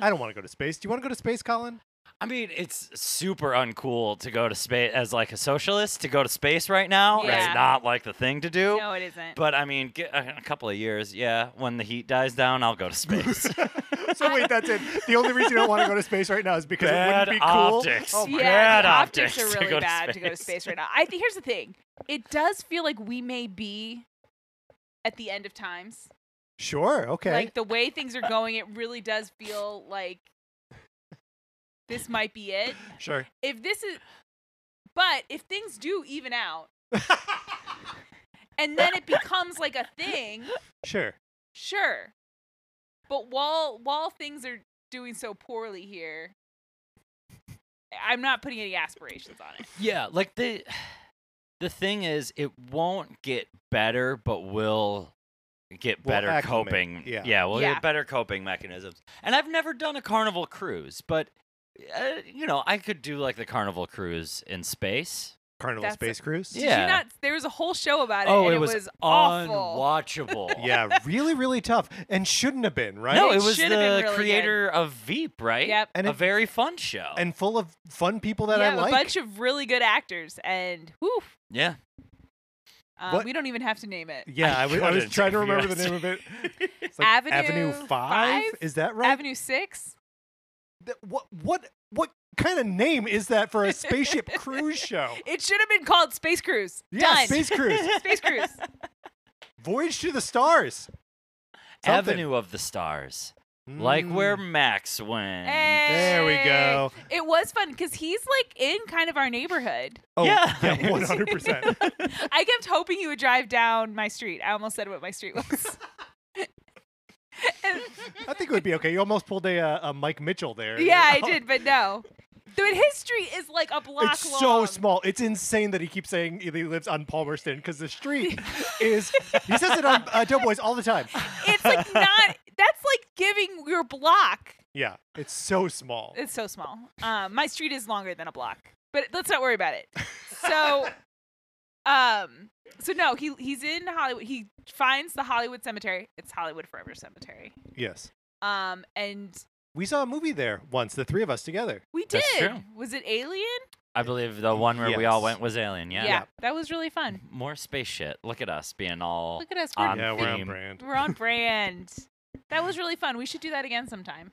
Speaker 2: I don't want to go to space. Do you want to go to space, Colin?
Speaker 3: I mean, it's super uncool to go to space as like a socialist to go to space right now.
Speaker 1: Yeah.
Speaker 3: It's not like the thing to do.
Speaker 1: No, it isn't.
Speaker 3: But I mean, get a, a couple of years, yeah. When the heat dies down, I'll go to space.
Speaker 2: so wait, that's it. The only reason you don't want to go to space right now is because
Speaker 3: Bad
Speaker 2: it wouldn't be cool.
Speaker 3: optics.
Speaker 2: Oh my
Speaker 1: yeah,
Speaker 3: bad
Speaker 1: the optics,
Speaker 3: optics to
Speaker 1: are really
Speaker 3: go to
Speaker 1: bad to go to
Speaker 3: space.
Speaker 1: space right now. I think here's the thing: it does feel like we may be at the end of times.
Speaker 2: Sure. Okay.
Speaker 1: Like the way things are going, it really does feel like this might be it.
Speaker 2: sure.
Speaker 1: If this is, but if things do even out, and then it becomes like a thing,
Speaker 2: sure.
Speaker 1: sure. But while while things are doing so poorly here, I'm not putting any aspirations on it.
Speaker 3: yeah, like the the thing is, it won't get better, but will get
Speaker 2: We'll
Speaker 3: better
Speaker 2: acclimate,
Speaker 3: coping.
Speaker 2: yeah.
Speaker 3: we'll
Speaker 1: Yeah.
Speaker 3: get better coping mechanisms. And I've never done a carnival cruise, but uh, you know, I could do like the carnival cruise in space.
Speaker 2: Carnival
Speaker 1: That's-
Speaker 2: space cruise.
Speaker 1: Did
Speaker 3: Yeah.
Speaker 1: you not? There was a whole show about it.
Speaker 3: oh,
Speaker 1: and
Speaker 3: it was,
Speaker 1: awful.
Speaker 3: unwatchable.
Speaker 2: yeah. Really, really tough, and shouldn't have been right.
Speaker 3: No,
Speaker 1: It
Speaker 3: it, was
Speaker 1: should've been
Speaker 3: the
Speaker 1: really good.
Speaker 3: creator of Veep, right?
Speaker 1: Yep.
Speaker 2: And
Speaker 3: a
Speaker 2: it-
Speaker 3: very fun show.
Speaker 2: And full of fun people that
Speaker 1: yeah,
Speaker 2: I like.
Speaker 1: a bunch of really good actors, and whew,
Speaker 3: yeah.
Speaker 1: um,
Speaker 2: What-
Speaker 1: we don't even have to name it.
Speaker 2: yeah,
Speaker 3: I
Speaker 2: I was- I was
Speaker 3: couldn't
Speaker 2: trying to
Speaker 3: if you
Speaker 2: remember the
Speaker 3: asked
Speaker 2: name of it. It's
Speaker 1: Avenue
Speaker 2: Five.
Speaker 1: Five?
Speaker 2: Is that right?
Speaker 1: Avenue Six.
Speaker 2: Th- what what what kind of name is that for a spaceship cruise show?
Speaker 1: It should have been called Space Cruise.
Speaker 2: Yeah,
Speaker 1: Done.
Speaker 2: space cruise,
Speaker 1: Space Cruise.
Speaker 2: voyage to the stars, Something.
Speaker 3: Avenue of the Stars. Like where
Speaker 2: Mm,
Speaker 3: Max went.
Speaker 1: Eh.
Speaker 2: There we
Speaker 1: Hey.
Speaker 2: go.
Speaker 1: It was fun because he's like in kind of our neighborhood.
Speaker 2: Oh,
Speaker 3: Yeah.
Speaker 2: yeah, one hundred percent.
Speaker 1: I kept hoping you would drive down my street. I almost said what my street was. And-
Speaker 2: I think it would be okay. You almost pulled a, uh, a Mike Mitchell there. Oh,
Speaker 1: yeah, I did, but no. But his street is like a block
Speaker 2: It's so
Speaker 1: long.
Speaker 2: small. It's insane that he keeps saying he lives on Palmerston because the street is. He says it on uh, Doughboys all the time.
Speaker 1: It's like not. That's like giving your block.
Speaker 2: Yeah, it's so small.
Speaker 1: It's so small. Um, my street is longer than a block, but let's not worry about it. So, um, so no, he he's in Hollywood. He finds the Hollywood Cemetery. It's Hollywood Forever Cemetery.
Speaker 2: yes,
Speaker 1: Um, and
Speaker 2: we saw a movie there once. The three of us together.
Speaker 1: we did.
Speaker 3: That's true.
Speaker 1: Was it Alien?
Speaker 3: I believe the one where we all
Speaker 2: Yes.
Speaker 3: went was Alien. Yeah.
Speaker 2: Yeah.
Speaker 1: that was really fun.
Speaker 3: More space shit. Look at us being all.
Speaker 1: Look at us.
Speaker 3: On
Speaker 1: We're,
Speaker 2: yeah, we're on
Speaker 3: theme.
Speaker 2: brand.
Speaker 1: we're on brand. That was really fun. We should do that again sometime.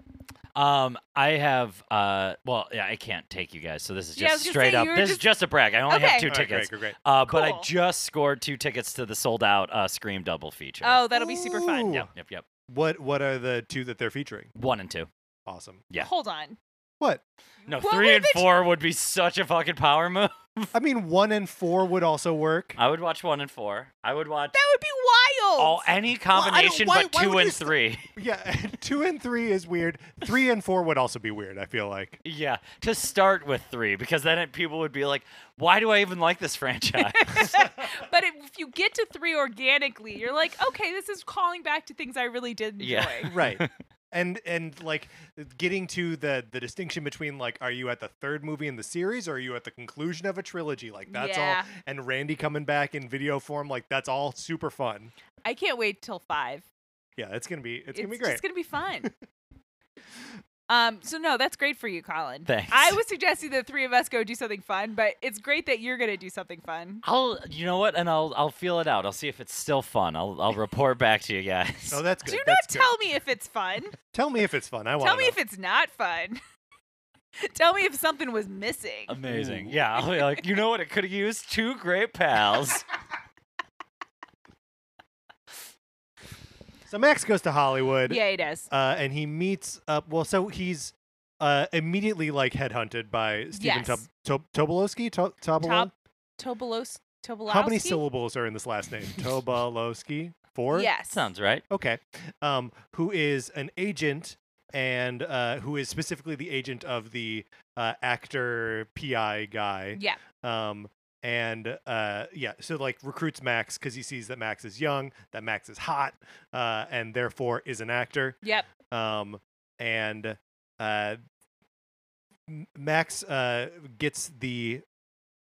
Speaker 3: Um, I have. Uh, well, yeah, I can't take you guys, so this is
Speaker 1: Yeah, I
Speaker 3: just
Speaker 1: was gonna
Speaker 3: straight
Speaker 1: say,
Speaker 3: up.
Speaker 1: you were
Speaker 3: This is
Speaker 1: just-
Speaker 3: just a brag. I only
Speaker 1: Okay.
Speaker 3: have two
Speaker 2: All right,
Speaker 3: tickets.
Speaker 2: great, great, great.
Speaker 3: Uh, but I
Speaker 1: Cool.
Speaker 3: just scored two tickets to the sold out uh, Scream double feature.
Speaker 1: Oh, that'll be super fun.
Speaker 2: Ooh.
Speaker 3: Yep, yep, yep.
Speaker 2: What what are the two that they're featuring?
Speaker 3: One and two.
Speaker 2: Awesome.
Speaker 3: Yeah.
Speaker 1: Hold on.
Speaker 2: What?
Speaker 3: No,
Speaker 1: What
Speaker 3: three
Speaker 1: were
Speaker 3: and
Speaker 1: the-
Speaker 3: four would be such a fucking power move.
Speaker 2: I mean, one and four would also work.
Speaker 3: I would watch one and four. I would watch
Speaker 1: That would be wild.
Speaker 3: all any
Speaker 2: I don't-
Speaker 3: combination
Speaker 2: why-
Speaker 3: but
Speaker 2: why
Speaker 3: two
Speaker 2: would you
Speaker 3: and
Speaker 2: st-
Speaker 3: three.
Speaker 2: yeah, two and three is weird. Three and four would also be weird. I feel like.
Speaker 3: Yeah, to start with three, because then it, people would be like, "Why do I even like this franchise?"
Speaker 1: but if you get to three organically, you're like, okay, this is calling back to things I really did enjoy.
Speaker 3: Yeah.
Speaker 2: right and and like getting to the the distinction between like are you at the third movie in the series or are you at the conclusion of a trilogy like that's
Speaker 1: Yeah.
Speaker 2: all and randy coming back in video form like that's all super fun
Speaker 1: I can't wait till five.
Speaker 2: yeah it's gonna be it's, gonna be
Speaker 1: It's
Speaker 2: great
Speaker 1: gonna be fun. um. So no, that's great for you, Colin.
Speaker 3: Thanks.
Speaker 1: I was suggesting the three of us go do something fun, but it's great that you're gonna do something fun.
Speaker 3: I'll, you know what, and I'll, I'll feel it out. I'll see if it's still fun. I'll, I'll report back to you guys.
Speaker 2: oh that's good
Speaker 1: Do not
Speaker 2: that's good.
Speaker 1: tell me if it's fun.
Speaker 2: tell me if it's fun i want
Speaker 1: tell me if it's not fun. tell me if something was missing.
Speaker 3: Amazing.
Speaker 2: Ooh.
Speaker 3: Yeah, I'll be like, you know what? It could have used two great pals.
Speaker 2: so max goes to hollywood
Speaker 1: yeah, it is.
Speaker 2: uh, and he meets up well so he's uh, immediately like headhunted by Stephen
Speaker 1: Yes.
Speaker 2: Tob Tob- Tobolowsky. To- Tobolo-
Speaker 1: Top Tobolos. Tobolowski?
Speaker 2: How many syllables are in this last name? Tobolowski. Four.
Speaker 1: Yes.
Speaker 3: Sounds right.
Speaker 2: Okay. Um, who is an agent and uh, who is specifically the agent of the uh, actor PI guy.
Speaker 1: Yeah.
Speaker 2: Um, and uh, yeah, so like recruits Max because he sees that Max is young, that Max is hot, uh, and therefore is an actor.
Speaker 1: Yep.
Speaker 2: Um, and uh, M- Max uh, gets the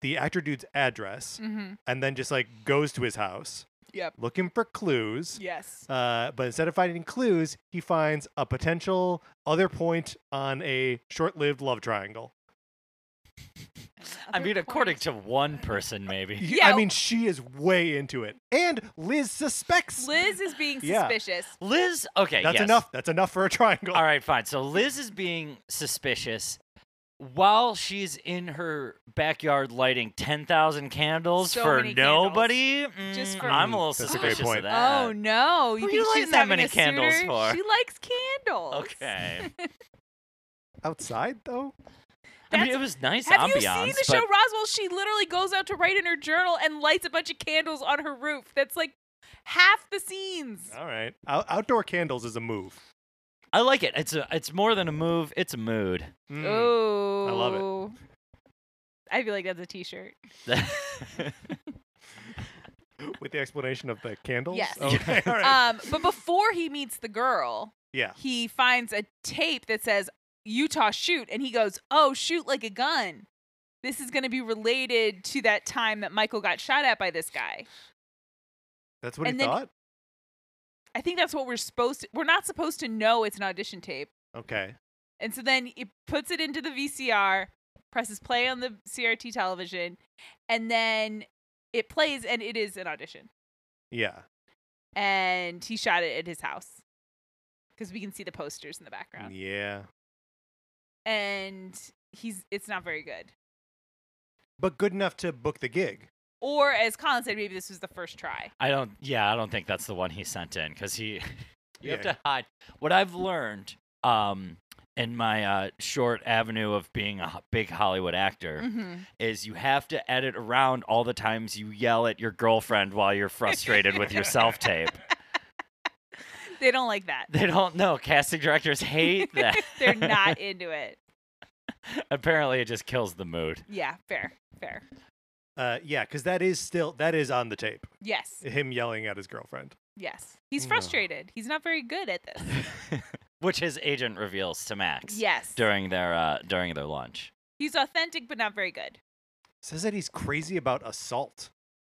Speaker 2: the actor dude's address
Speaker 1: Mm-hmm.
Speaker 2: and then just like goes to his house
Speaker 1: Yep.
Speaker 2: looking for clues.
Speaker 1: Yes.
Speaker 2: Uh, but instead of finding clues, he finds a potential other point on a short-lived love triangle.
Speaker 3: I mean, according to one person, maybe.
Speaker 2: Y-
Speaker 1: Yeah.
Speaker 2: I mean, she is way into it, and Liz suspects.
Speaker 1: Liz is being
Speaker 2: Yeah.
Speaker 1: suspicious.
Speaker 3: Liz, okay,
Speaker 2: That's
Speaker 3: yes.
Speaker 2: enough. That's enough for a triangle.
Speaker 3: All right, fine. So Liz is being suspicious while she's in her backyard lighting 10,000 candles
Speaker 1: So
Speaker 3: for
Speaker 1: many candles.
Speaker 3: nobody.
Speaker 1: Just
Speaker 3: Mm,
Speaker 1: for-
Speaker 3: I'm a little
Speaker 2: That's a great
Speaker 3: suspicious
Speaker 2: point.
Speaker 3: of that.
Speaker 1: oh no! You
Speaker 3: Who are
Speaker 1: think
Speaker 3: you lighting
Speaker 1: she's
Speaker 3: that
Speaker 1: having
Speaker 3: many
Speaker 1: a
Speaker 3: candles
Speaker 1: suitor?
Speaker 3: for?
Speaker 1: She likes candles.
Speaker 3: Okay.
Speaker 2: Outside though,
Speaker 3: I mean,
Speaker 1: That's-
Speaker 3: it was nice
Speaker 1: Have you
Speaker 3: ambiance,
Speaker 1: seen the
Speaker 3: but
Speaker 1: show Roswell? She literally goes out to write in her journal and lights a bunch of candles on her roof. That's like half the scenes.
Speaker 2: all right. Out- outdoor candles is a move.
Speaker 3: I like it. It's a, it's more than a move. It's a mood.
Speaker 2: Mm.
Speaker 1: Oh,
Speaker 2: I love it.
Speaker 1: I feel like that's a T-shirt.
Speaker 2: With the explanation of the candles.
Speaker 1: Yes.
Speaker 2: Okay. All right.
Speaker 1: Um, but before he meets the girl,
Speaker 2: yeah.
Speaker 1: he finds a tape that says Utah shoot, and he goes, "Oh, shoot like a gun." This is going to be related to that time that Michael got shot at by this guy.
Speaker 2: That's what
Speaker 1: and
Speaker 2: he
Speaker 1: then-
Speaker 2: thought.
Speaker 1: I think that's what we're supposed to. We're not supposed to know it's an audition tape.
Speaker 2: Okay.
Speaker 1: And so then it puts it into the VCR, presses play on the CRT television, and then it plays, and it is an audition.
Speaker 2: Yeah.
Speaker 1: And he shot it at his house because we can see the posters in the background.
Speaker 2: Yeah.
Speaker 1: And he's it's not very good.
Speaker 2: But good enough to book the gig.
Speaker 1: Or as Colin said, maybe this was the first try.
Speaker 3: I don't. Yeah, I don't think that's the one he sent in because he. you have
Speaker 2: Yeah.
Speaker 3: to hide. What I've learned, um, in my uh, short avenue of being a ho- big Hollywood actor,
Speaker 1: Mm-hmm.
Speaker 3: is you have to edit around all the times you yell at your girlfriend while you're frustrated with your self tape.
Speaker 1: They don't like that.
Speaker 3: They don't know. Casting directors hate that.
Speaker 1: They're not into it.
Speaker 3: Apparently, it just kills the mood.
Speaker 1: Yeah, fair, fair.
Speaker 2: Uh, yeah, because that is still that is on the tape.
Speaker 1: Yes,
Speaker 2: Him yelling at his girlfriend.
Speaker 1: yes. He's
Speaker 2: No.
Speaker 3: Mm.
Speaker 1: frustrated. He's not very good at this.
Speaker 3: Which his agent reveals to Max
Speaker 1: Yes.
Speaker 3: during their uh, during their lunch.
Speaker 1: He's authentic, but not very good.
Speaker 2: Says that he's crazy about assault.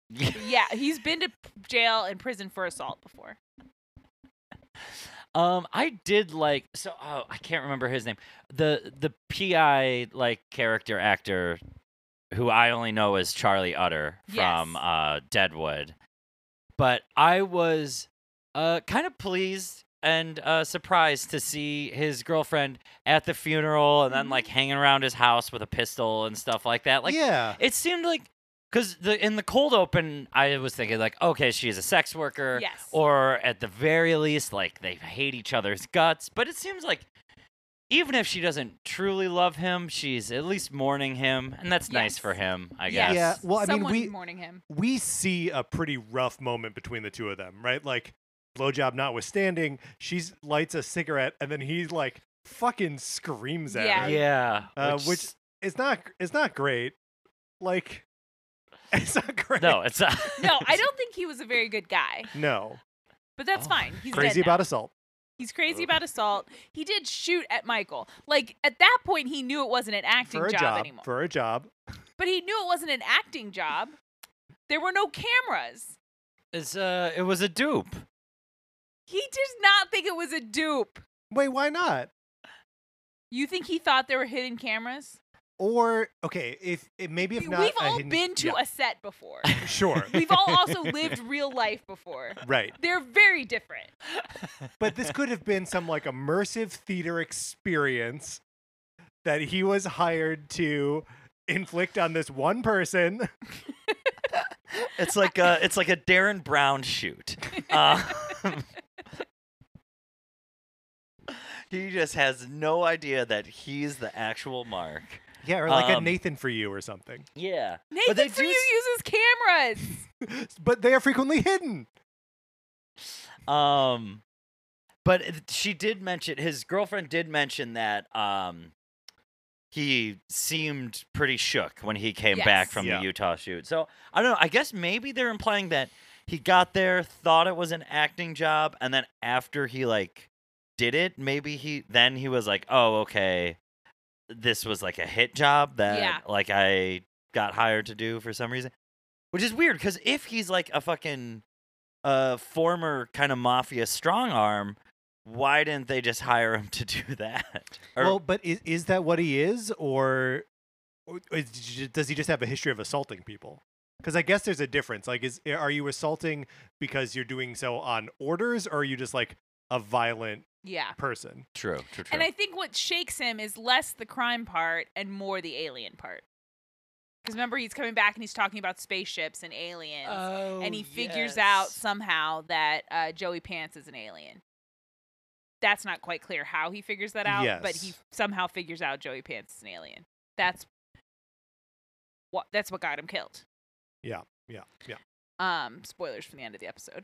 Speaker 1: Yeah, he's been to p- jail and prison for assault before.
Speaker 3: Um, I did like so. Oh, I can't remember his name. The the PI like character actor, who I only know as Charlie Utter from
Speaker 1: Yes.
Speaker 3: uh, Deadwood, but I was uh kind of pleased and uh surprised to see his girlfriend at the funeral and then
Speaker 1: Mhm.
Speaker 3: like hanging around his house with a pistol and stuff like that. Like
Speaker 2: yeah.
Speaker 3: it seemed like because the in the cold open, I was thinking like, okay, she's a sex worker
Speaker 1: Yes.
Speaker 3: or at the very least like they hate each other's guts but it seems like even if she doesn't truly love him she's at least mourning him and that's nice for
Speaker 1: Yes.
Speaker 3: him i
Speaker 1: Yes.
Speaker 3: guess
Speaker 2: Yeah. Well, I mean,
Speaker 1: Someone's
Speaker 2: we-
Speaker 1: mourning him.
Speaker 2: we see a pretty rough moment between the two of them, right? Like, blowjob notwithstanding, she lights a cigarette and then he like fucking screams at
Speaker 1: Yeah.
Speaker 2: her.
Speaker 3: yeah
Speaker 2: Uh, which
Speaker 3: s-
Speaker 2: it's not it's not great. Like, it's not great.
Speaker 3: no it's not
Speaker 1: No, I don't think he was a very good guy,
Speaker 2: No.
Speaker 1: but that's
Speaker 3: Oh,
Speaker 1: fine. He's
Speaker 2: Crazy
Speaker 1: dead now.
Speaker 2: about assault.
Speaker 1: He's crazy
Speaker 3: Ugh.
Speaker 1: about assault. He did shoot at Michael. Like at that point, he knew it wasn't an acting
Speaker 2: For a
Speaker 1: job,
Speaker 2: job,
Speaker 1: anymore.
Speaker 2: for a job.
Speaker 1: But he knew it wasn't an acting job. There were no cameras.
Speaker 3: it's uh it was a dupe
Speaker 1: He does not think it was a dupe.
Speaker 2: Wait, why not?
Speaker 1: You think he thought there were hidden cameras?
Speaker 2: Or okay, if, if maybe if
Speaker 1: We-
Speaker 2: not,
Speaker 1: We've
Speaker 2: a
Speaker 1: all
Speaker 2: hidden-
Speaker 1: been to
Speaker 2: yeah,
Speaker 1: a set before.
Speaker 2: sure,
Speaker 1: We've all also lived real life before.
Speaker 2: right.
Speaker 1: They're very different.
Speaker 2: But this could have been some like immersive theater experience that he was hired to inflict on this one person.
Speaker 3: it's like a it's like a darren brown shoot um, he just has no idea that he's the actual mark
Speaker 2: Yeah, or like a
Speaker 3: Um,
Speaker 2: Nathan for you or something.
Speaker 3: yeah
Speaker 1: Nathan
Speaker 3: they
Speaker 1: for
Speaker 3: do
Speaker 1: you
Speaker 3: s-
Speaker 1: uses cameras.
Speaker 2: But they are frequently hidden.
Speaker 3: Um, but it- she did mention his girlfriend did mention that um, he seemed pretty shook when he came back
Speaker 1: Yes.
Speaker 3: from
Speaker 2: Yeah.
Speaker 3: the Utah shoot. So I don't know. I guess maybe they're implying that he got there, thought it was an acting job, and then after he like did it, maybe he then he was like, oh okay, this was like a hit job that
Speaker 1: Yeah.
Speaker 3: like I got hired to do for some reason, which is weird because if he's like a fucking uh, former kind of mafia strong arm. Why didn't they just hire him to do that? Or-
Speaker 2: well, but is, is that what he is, or, or is, j- does he just have a history of assaulting people? Because I guess there's a difference. Like, is are you assaulting because you're doing so on orders, or are you just like a violent
Speaker 1: Yeah.
Speaker 2: person?
Speaker 3: True, true, true.
Speaker 1: And I think what shakes him is less the crime part and more the alien part. Because remember, he's coming back and he's talking about spaceships and aliens.
Speaker 3: oh,
Speaker 1: and he figures out somehow that uh, Joey Pants is an alien. That's not quite clear how he figures that out, but he
Speaker 2: Yes.
Speaker 1: somehow figures out Joey Pants is an alien. That's what that's what got him killed.
Speaker 2: Yeah, yeah.
Speaker 1: Um, spoilers from the end of the episode.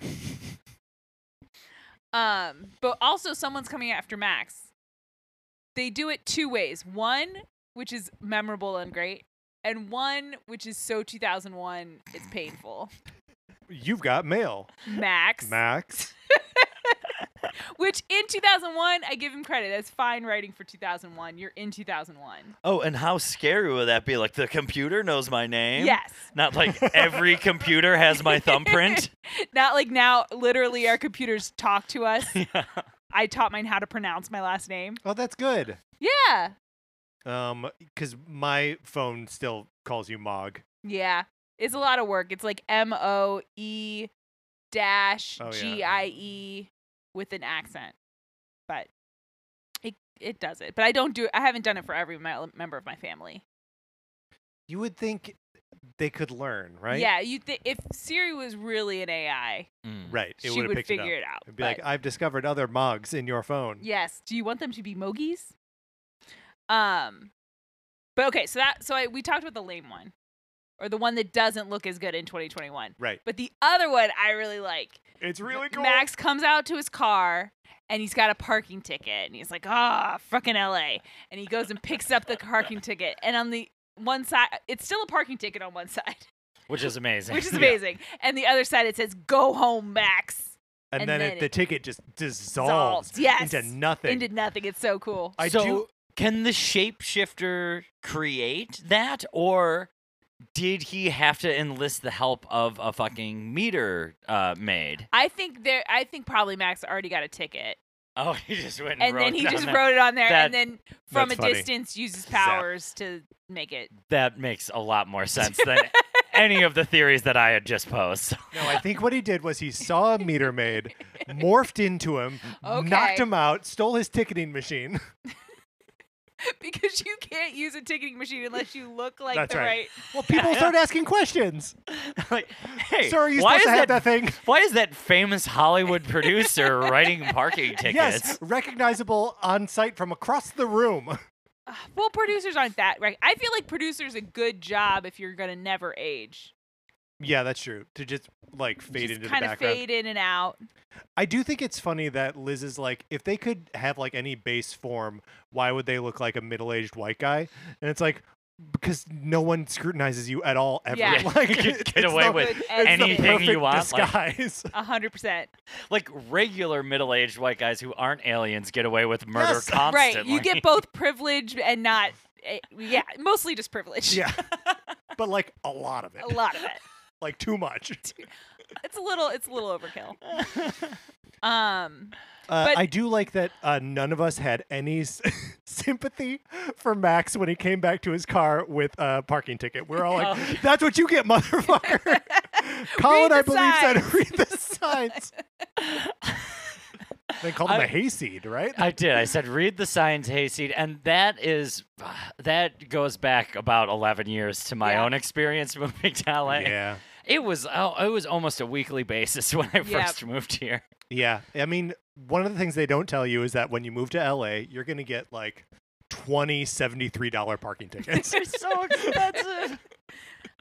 Speaker 1: um, but also someone's coming after Max. They do it two ways. One, which is memorable and great, and one which is so 2001, it's painful.
Speaker 2: You've got mail,
Speaker 1: Max.
Speaker 2: Max.
Speaker 1: Which in 2001, I give him credit. That's fine writing for 2001. You're in 2001.
Speaker 3: Oh, and how scary would that be? Like the computer knows my name.
Speaker 1: Yes.
Speaker 3: Not like every computer has my thumbprint.
Speaker 1: Not like now, literally, our computers talk to us.
Speaker 3: yeah.
Speaker 1: I taught mine how to pronounce my last name.
Speaker 2: oh, that's good.
Speaker 1: Yeah.
Speaker 2: Um, because my phone still calls you Mog.
Speaker 1: Yeah. It's a lot of work. It's like M O E dash
Speaker 2: Oh, yeah.
Speaker 1: G I E with an accent. But it it does it. But I don't do I haven't done it for every me- member of my family.
Speaker 2: You would think they could learn, right?
Speaker 1: Yeah, you th- if Siri was really an AI,
Speaker 3: Mm.
Speaker 2: Right. It
Speaker 1: she
Speaker 2: would've
Speaker 1: would
Speaker 2: picked
Speaker 1: figure
Speaker 2: it up.
Speaker 1: it, out.
Speaker 2: It'd be
Speaker 1: but-
Speaker 2: like, I've discovered other Mogs in your phone.
Speaker 1: Yes. Do you want them to be mogies? Um, but okay. So that so I, we talked about the lame one, or the one that doesn't look as good in 2021.
Speaker 2: Right.
Speaker 1: But the other one I really like.
Speaker 2: It's really cool.
Speaker 1: Max comes out to his car and he's got a parking ticket and he's like, ah, fucking LA. And he goes and picks up the parking ticket and on the one side, it's still a parking ticket on one side,
Speaker 3: Which is amazing.
Speaker 1: which is amazing. And the other side, it says, go home, Max.
Speaker 2: and,
Speaker 1: And
Speaker 2: then,
Speaker 1: then
Speaker 2: it, the
Speaker 1: it
Speaker 2: ticket just dissolves
Speaker 1: Dissolved. Yes.
Speaker 2: into nothing.
Speaker 1: Into nothing. It's so cool.
Speaker 2: I
Speaker 3: so,
Speaker 2: do.
Speaker 3: can the shapeshifter create that, or did he have to enlist the help of a fucking meter uh, maid?
Speaker 1: I think there. I think probably Max already got a ticket,
Speaker 3: Oh, he just went and,
Speaker 1: and then
Speaker 3: wrote
Speaker 1: he
Speaker 3: down
Speaker 1: just
Speaker 3: that.
Speaker 1: wrote it on there,
Speaker 3: that-
Speaker 1: and then from a
Speaker 2: That's funny.
Speaker 1: distance uses
Speaker 2: Zap.
Speaker 1: powers to make it.
Speaker 3: That makes a lot more sense than any of the theories that I had just posed.
Speaker 2: No, I think what he did was he saw a meter maid, morphed into him, knocked
Speaker 1: Okay.
Speaker 2: him out, stole his ticketing machine.
Speaker 1: because you can't use a ticketing machine unless you look like
Speaker 2: That's
Speaker 1: the
Speaker 2: right.
Speaker 1: right.
Speaker 2: Well, people start asking questions.
Speaker 3: like, hey,
Speaker 2: Sir, are you
Speaker 3: why
Speaker 2: supposed
Speaker 3: is
Speaker 2: to have that, thing?
Speaker 3: that, Why is that famous Hollywood producer writing parking tickets?
Speaker 2: Yes, recognizable on site from across the room.
Speaker 1: Ugh, Well, producers aren't that right. I feel like producers a good job if you're gonna never age.
Speaker 2: yeah, that's true. To just like fade
Speaker 1: Just
Speaker 2: into the
Speaker 1: kind
Speaker 2: background.
Speaker 1: of fade in and out.
Speaker 2: I do think it's funny that Liz is like, if they could have like any base form, why would they look like a middle-aged white guy? And it's like because no one scrutinizes you at all ever.
Speaker 1: Yeah.
Speaker 2: Like,
Speaker 3: You could
Speaker 2: it's
Speaker 3: get away
Speaker 2: the-
Speaker 3: with
Speaker 2: it's the
Speaker 3: anything
Speaker 2: perfect
Speaker 3: you want, like-
Speaker 2: Disguise.
Speaker 1: A hundred percent.
Speaker 3: Like regular middle-aged white guys who aren't aliens get away with murder
Speaker 2: Yes.
Speaker 3: constantly.
Speaker 1: Right. You get both privilege and not. eh, Yeah, mostly just privilege.
Speaker 2: yeah, but like a lot of it,
Speaker 1: A lot of it.
Speaker 2: like too much.
Speaker 1: It's a little. It's a little overkill. Um.
Speaker 2: Uh,
Speaker 1: But-
Speaker 2: I do like that uh, none of us had any s- sympathy for Max when he came back to his car with a parking ticket. We're all like,
Speaker 3: Oh.
Speaker 2: "That's what you get, motherfucker."
Speaker 1: Read
Speaker 2: Colin, I
Speaker 1: the
Speaker 2: believe, said, "Read the signs." they called him
Speaker 3: I-
Speaker 2: a hayseed, right?
Speaker 3: I did. I said, read the signs, Hayseed, and that is that goes back about eleven years to my
Speaker 1: Yeah.
Speaker 3: own experience moving to LA.
Speaker 2: yeah,
Speaker 3: It was oh, it was almost a weekly basis when I
Speaker 1: Yeah.
Speaker 3: first moved here.
Speaker 2: yeah. I mean, one of the things they don't tell you is that when you move to LA, you're gonna get like twenty seventy-three dollar parking tickets.
Speaker 3: so expensive.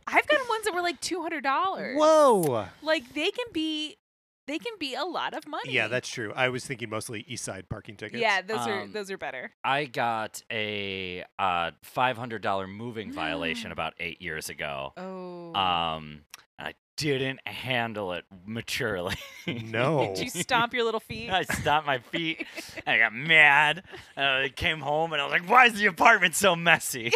Speaker 1: I've gotten ones that were like two hundred dollars.
Speaker 2: Whoa!
Speaker 1: Like they can be They can be a lot of money.
Speaker 2: Yeah, that's true. I was thinking mostly East Side parking tickets.
Speaker 1: yeah. Those are
Speaker 3: Um,
Speaker 1: those are better.
Speaker 3: I got a uh, five hundred dollar moving violation about eight years ago.
Speaker 1: Oh,
Speaker 3: Um, and I didn't handle it maturely.
Speaker 2: No.
Speaker 1: did you stomp your little feet?
Speaker 3: oh. I stomped my feet. I got mad. And I came home and I was like, "Why is the apartment so messy?"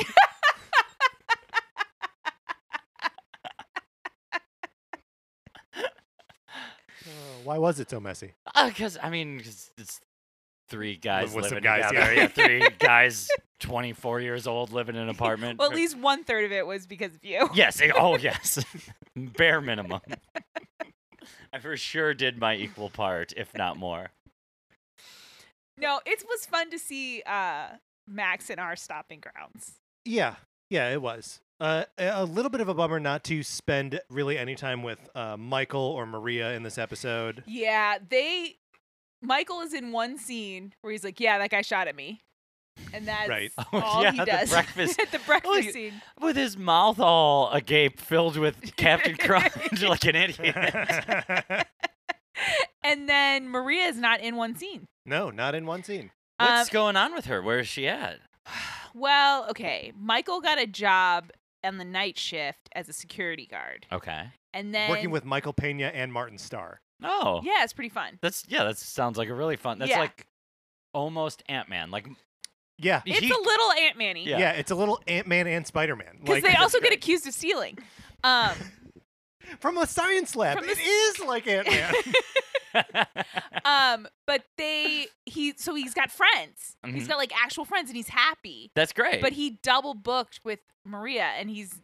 Speaker 2: Uh, why was it so messy?
Speaker 3: Because I mean, Uh, 'cause it's three guys
Speaker 2: with some
Speaker 3: living
Speaker 2: guys,
Speaker 3: together.
Speaker 2: yeah.
Speaker 3: Yeah, three guys, twenty four years old, living in an apartment.
Speaker 1: well, at least one third of it was because of you.
Speaker 3: Yes. eh, Oh, yes. Bare minimum. I for sure did my equal part, if not more.
Speaker 1: No, it was fun to see uh, Max in our stopping grounds.
Speaker 2: Yeah, yeah, it was. Uh, a a little bit of a bummer not to spend really any time with uh, Michael or Maria in this episode.
Speaker 1: Yeah, they. Michael is in one scene where he's like, "Yeah, that guy shot at me," and that's
Speaker 2: Right.
Speaker 3: Oh,
Speaker 1: all
Speaker 3: yeah,
Speaker 1: he
Speaker 3: the
Speaker 1: does
Speaker 3: breakfast-
Speaker 1: at the breakfast
Speaker 3: Oh, you-
Speaker 1: scene.
Speaker 3: With his mouth all agape, filled with Captain Crunch like an idiot.
Speaker 1: And then Maria is not in one scene.
Speaker 2: no, not in one scene.
Speaker 1: Um,
Speaker 3: What's going on with her? Where is she at?
Speaker 1: Well, okay. Michael got a job on the night shift as a security guard,
Speaker 3: Okay.
Speaker 1: and then
Speaker 2: Working with Michael Pena and Martin Starr.
Speaker 3: Oh.
Speaker 1: yeah, it's pretty fun.
Speaker 3: That's yeah. That sounds like a really fun. That's
Speaker 1: Yeah.
Speaker 3: like almost Ant Man. Like
Speaker 2: Yeah,
Speaker 1: It's
Speaker 3: he-
Speaker 1: a little Ant Manny.
Speaker 2: yeah,
Speaker 3: Yeah.
Speaker 2: it's a little Ant Man and Spider Man.
Speaker 1: Because they also get accused of stealing. Um,
Speaker 2: from a science lab.
Speaker 1: From
Speaker 2: It
Speaker 1: the-
Speaker 2: is like Ant Man.
Speaker 1: um, but they he so he's got friends. He's
Speaker 2: Mm-hmm.
Speaker 3: Mhm.
Speaker 1: got like actual friends, and he's happy.
Speaker 3: That's great.
Speaker 1: But he double booked with Maria, and he's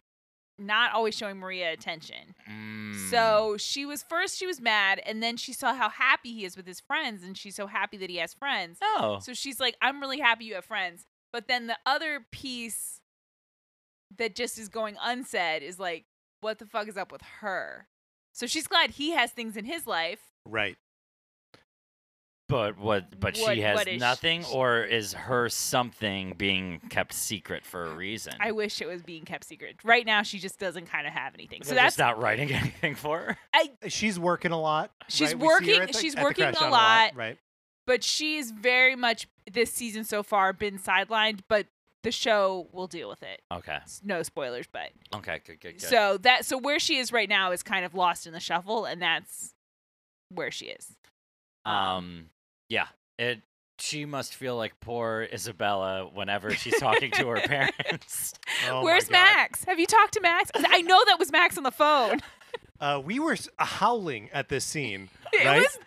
Speaker 1: not always showing Maria attention.
Speaker 3: Mm.
Speaker 2: Hmm.
Speaker 1: So she was first she was mad, and then she saw how happy he is with his friends, and she's so happy that he has friends.
Speaker 3: Oh.
Speaker 1: So she's like, I'm really happy you have friends. But then the other piece that just is going unsaid is like, what the fuck is up with her? So she's glad he has things in his life.
Speaker 2: right.
Speaker 3: But what? But
Speaker 1: What-
Speaker 3: she has
Speaker 1: what is
Speaker 3: nothing,
Speaker 1: sh-
Speaker 3: or is her something being kept secret for a reason?
Speaker 1: I wish it was being kept secret. Right now, she just doesn't kind of have anything. So
Speaker 3: They're
Speaker 1: that's
Speaker 3: just not writing anything for her.
Speaker 2: She's working a lot.
Speaker 1: She's
Speaker 2: right? We see her
Speaker 1: working-
Speaker 2: at the-
Speaker 1: she's
Speaker 2: at the
Speaker 1: working
Speaker 2: crash
Speaker 1: a
Speaker 2: down
Speaker 1: lot.
Speaker 2: Right.
Speaker 1: but she's very much this season so far been sidelined, but the show will deal with it.
Speaker 3: Okay.
Speaker 1: S- No spoilers, but
Speaker 3: Okay. Good. Good. good.
Speaker 1: so that so where she is right now is kind of lost in the shuffle, and that's where she is.
Speaker 3: um. Yeah. It. She must feel like poor Isabella whenever she's talking to her parents.
Speaker 2: Oh my
Speaker 1: Where's
Speaker 2: God.
Speaker 1: Max? Have you talked to Max? 'Cause I know that was Max on the phone.
Speaker 2: Uh, we were s- howling at this scene.
Speaker 1: It
Speaker 2: Right?
Speaker 1: was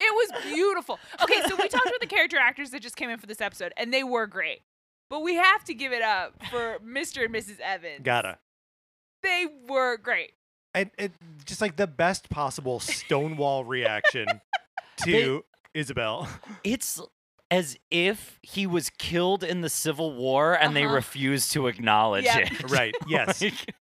Speaker 1: it was beautiful. Okay, so we talked about the character actors that just came in for this episode, and they were great. But we have to give it up for Mr. and Mrs. Evans.
Speaker 2: Gotta.
Speaker 1: They were great.
Speaker 2: And it, just like the best possible stonewall reaction to Isabel.
Speaker 3: It's as if he was killed in the Civil War and they
Speaker 1: Uh-huh.
Speaker 3: refuse to acknowledge
Speaker 1: Yeah.
Speaker 3: it.
Speaker 2: Right. Yes.
Speaker 3: Like-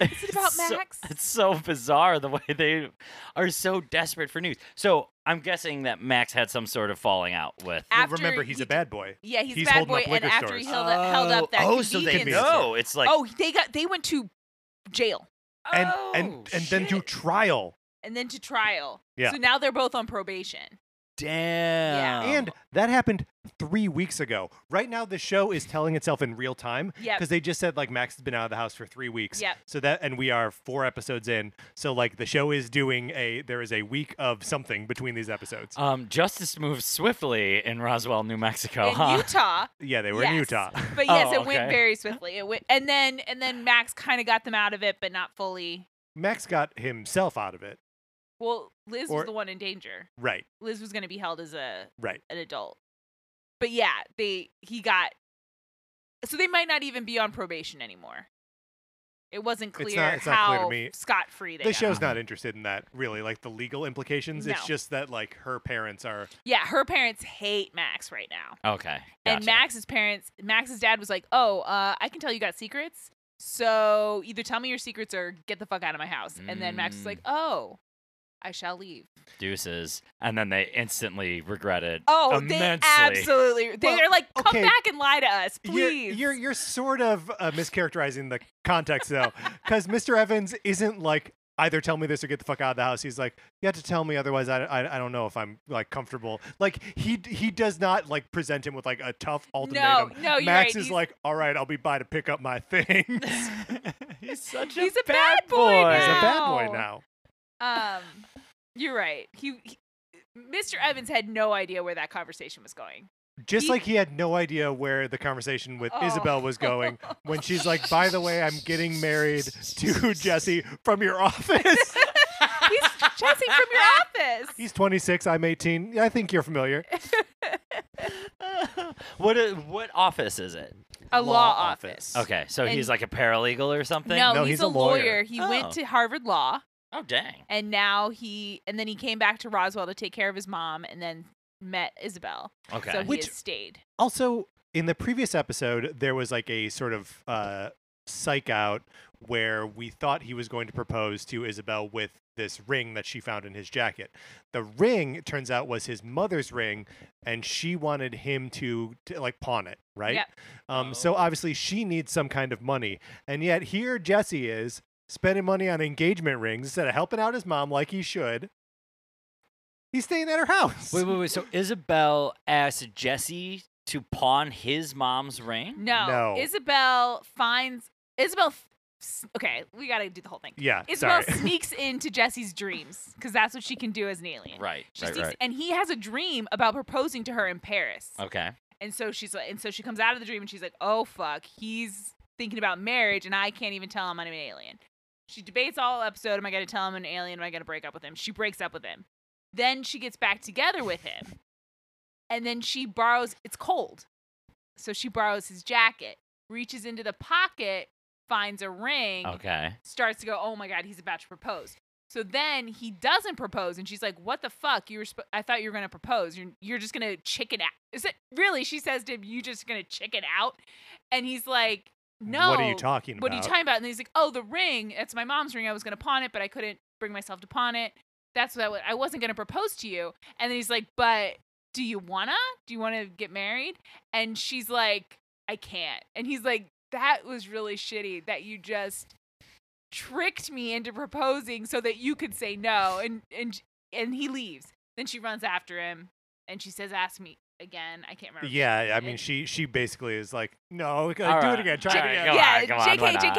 Speaker 1: Is it about
Speaker 3: so-
Speaker 1: Max?
Speaker 3: it's so bizarre the way they are so desperate for news. So I'm guessing that Max had some sort of falling out with.
Speaker 2: Well,
Speaker 1: After
Speaker 2: remember, he's
Speaker 1: he
Speaker 2: a bad boy.
Speaker 1: Yeah, he's,
Speaker 2: He's
Speaker 1: a bad
Speaker 2: holding
Speaker 1: boy,
Speaker 2: up
Speaker 1: and
Speaker 2: liquor
Speaker 1: after he
Speaker 2: stores.
Speaker 1: held, up, held up that
Speaker 3: oh, so they
Speaker 1: convenience
Speaker 2: Convenience store.
Speaker 3: know. It's like
Speaker 1: oh, they got they went to jail Oh.
Speaker 2: And and and then to trial.
Speaker 1: and then to trial.
Speaker 2: Yeah.
Speaker 1: So now they're both on probation. Oh.
Speaker 3: damn.
Speaker 2: and that happened three weeks ago. Right now, the show is telling itself in real time
Speaker 1: Yep.
Speaker 2: because they just said like Max has been out of the house for three weeks.
Speaker 1: Yep.
Speaker 2: So that and we are four episodes in. So like the show is doing a there is a week of something between these episodes.
Speaker 1: Uh,
Speaker 3: um, justice moves swiftly in Roswell, New
Speaker 2: Oh,
Speaker 3: Mexico,
Speaker 1: in
Speaker 3: huh?
Speaker 1: Utah.
Speaker 2: yeah, they were in
Speaker 1: yes.
Speaker 2: Utah.
Speaker 1: But yes,
Speaker 3: Oh,
Speaker 1: it went
Speaker 3: okay.
Speaker 1: very swiftly. It went, and then and then Max kind of got them out of it, but not fully.
Speaker 2: Max got himself out of it.
Speaker 1: Well, Liz
Speaker 2: Or-
Speaker 1: was the one in danger.
Speaker 2: Right.
Speaker 1: Liz was going to be held as a
Speaker 2: Right.
Speaker 1: an adult. But yeah, they he got so they might not even be on probation anymore. It wasn't
Speaker 2: It's
Speaker 1: clear
Speaker 2: not- it's not
Speaker 1: how
Speaker 2: clear to me.
Speaker 1: scot free they
Speaker 2: the
Speaker 1: got
Speaker 2: show's
Speaker 1: out.
Speaker 2: not interested in that really, like the legal implications. It's
Speaker 1: No.
Speaker 2: just that like her parents are
Speaker 1: Yeah, her parents hate Max right now.
Speaker 3: Okay.
Speaker 1: And
Speaker 3: gotcha.
Speaker 1: Max's parents, Max's dad was like, "Oh, uh, I can tell you got secrets. So either tell me your secrets or get the fuck out of my house." And then Max was
Speaker 3: Mm.
Speaker 1: like, "Oh, I shall leave."
Speaker 3: deuces, and then they instantly regret it.
Speaker 1: Oh, they
Speaker 3: immensely.
Speaker 1: absolutely. They're
Speaker 2: Well,
Speaker 1: like, "Come
Speaker 2: okay.
Speaker 1: back and lie to us,
Speaker 2: You're-
Speaker 1: please."
Speaker 2: You're, you're sort of uh, mischaracterizing the context though, because Mr. Evans isn't like either tell me this or get the fuck out of the house. He's like, you have to tell me, otherwise I, I, I don't know if I'm like comfortable. Like he d- he does not like present him with like a tough
Speaker 1: No,
Speaker 2: ultimatum.
Speaker 1: no, you're
Speaker 2: Max
Speaker 1: right.
Speaker 2: is
Speaker 1: He's-
Speaker 2: like, all right, I'll be by to pick up my thing. He's
Speaker 3: He's such
Speaker 1: He's a bad boy
Speaker 2: a bad boy
Speaker 1: Ow.
Speaker 2: now.
Speaker 1: Um, you're right. He, he- Mr. Evans had no idea where that conversation was going.
Speaker 2: Just
Speaker 1: He-
Speaker 2: like he had no idea where the conversation with
Speaker 1: Oh.
Speaker 2: Isabel was going when she's like, by the way, I'm getting married to Jesse from your office.
Speaker 1: He's Jesse from your office.
Speaker 2: He's 26, I'm 18. I think you're familiar.
Speaker 3: what i- what office is it?
Speaker 1: a law,
Speaker 4: law
Speaker 1: office.
Speaker 4: office.
Speaker 3: Okay, so
Speaker 1: And-
Speaker 3: he's like a paralegal or something.
Speaker 1: No,
Speaker 2: No,
Speaker 1: he's,
Speaker 2: he's
Speaker 1: a
Speaker 2: a lawyer.
Speaker 1: lawyer. He
Speaker 3: Oh.
Speaker 1: went to Harvard Law,
Speaker 3: Oh dang.
Speaker 1: and now he and then he came back to Roswell to take care of his mom, and then met Isabel.
Speaker 3: Okay.
Speaker 1: So he
Speaker 2: Which-
Speaker 1: has stayed.
Speaker 2: Also, in the previous episode, there was like a sort of uh, psych out where we thought he was going to propose to Isabel with this ring that she found in his jacket. The ring, it turns out, was his mother's ring, and she wanted him to, to like pawn it, right?
Speaker 1: Yep.
Speaker 2: Um, So
Speaker 3: Oh.
Speaker 2: obviously, she needs some kind of money. And yet, here Jesse is spending money on engagement rings instead of helping out his mom like he should. He's staying at her house.
Speaker 4: Wait, wait, wait. So
Speaker 3: Isabel asked Jesse to pawn his mom's ring.
Speaker 1: No,
Speaker 2: No.
Speaker 1: Isabel finds Isabel. f- s- Okay, we gotta do the whole thing.
Speaker 2: Yeah,
Speaker 1: Isabel
Speaker 2: sorry.
Speaker 1: sneaks into Jesse's dreams because that's what she can do as an alien.
Speaker 3: Right.
Speaker 1: Mm-hmm. She sneaks, and he has a dream about proposing to her in Paris.
Speaker 3: Okay.
Speaker 1: And so she's like, and so she comes out of the dream and she's like, oh fuck, he's thinking about marriage and I can't even tell him I'm an alien. She debates all episode, am I gonna tell him I'm an alien? Am I gonna break up with him? She breaks up with him. Then she gets back together with him. And then she borrows it's cold. So she borrows his jacket, reaches into the pocket, finds a ring,
Speaker 3: Okay.
Speaker 1: starts to go, "Oh my god, he's about to propose." So then he doesn't propose, and she's like, "What the fuck? You were? Sp- I thought you were gonna propose. You're you're just gonna chicken out? Is it really?" She says to him, "You just gonna chicken out?" And he's like, "No.
Speaker 2: What are you talking
Speaker 1: What are
Speaker 2: about?
Speaker 1: you talking about?" And he's like, "Oh, the ring. It's my mom's ring. I was gonna pawn it, but I couldn't bring myself to pawn it. That's what I, wa- I wasn't gonna propose to you." And then he's like, "But do you wanna? Do you wanna get married?" And she's like, "I can't." And he's like, "That was really shitty. That you just." tricked me into proposing so that you could say no and and and he leaves then she runs after him and she says ask me again i can't remember if she
Speaker 2: Yeah, I
Speaker 1: did.
Speaker 2: mean, she she basically is like, no, okay, do
Speaker 3: All
Speaker 2: it
Speaker 3: right.
Speaker 2: again, try
Speaker 3: All
Speaker 2: it
Speaker 3: right,
Speaker 2: again.
Speaker 3: go
Speaker 1: yeah
Speaker 3: on, come on, why
Speaker 1: jk
Speaker 3: not?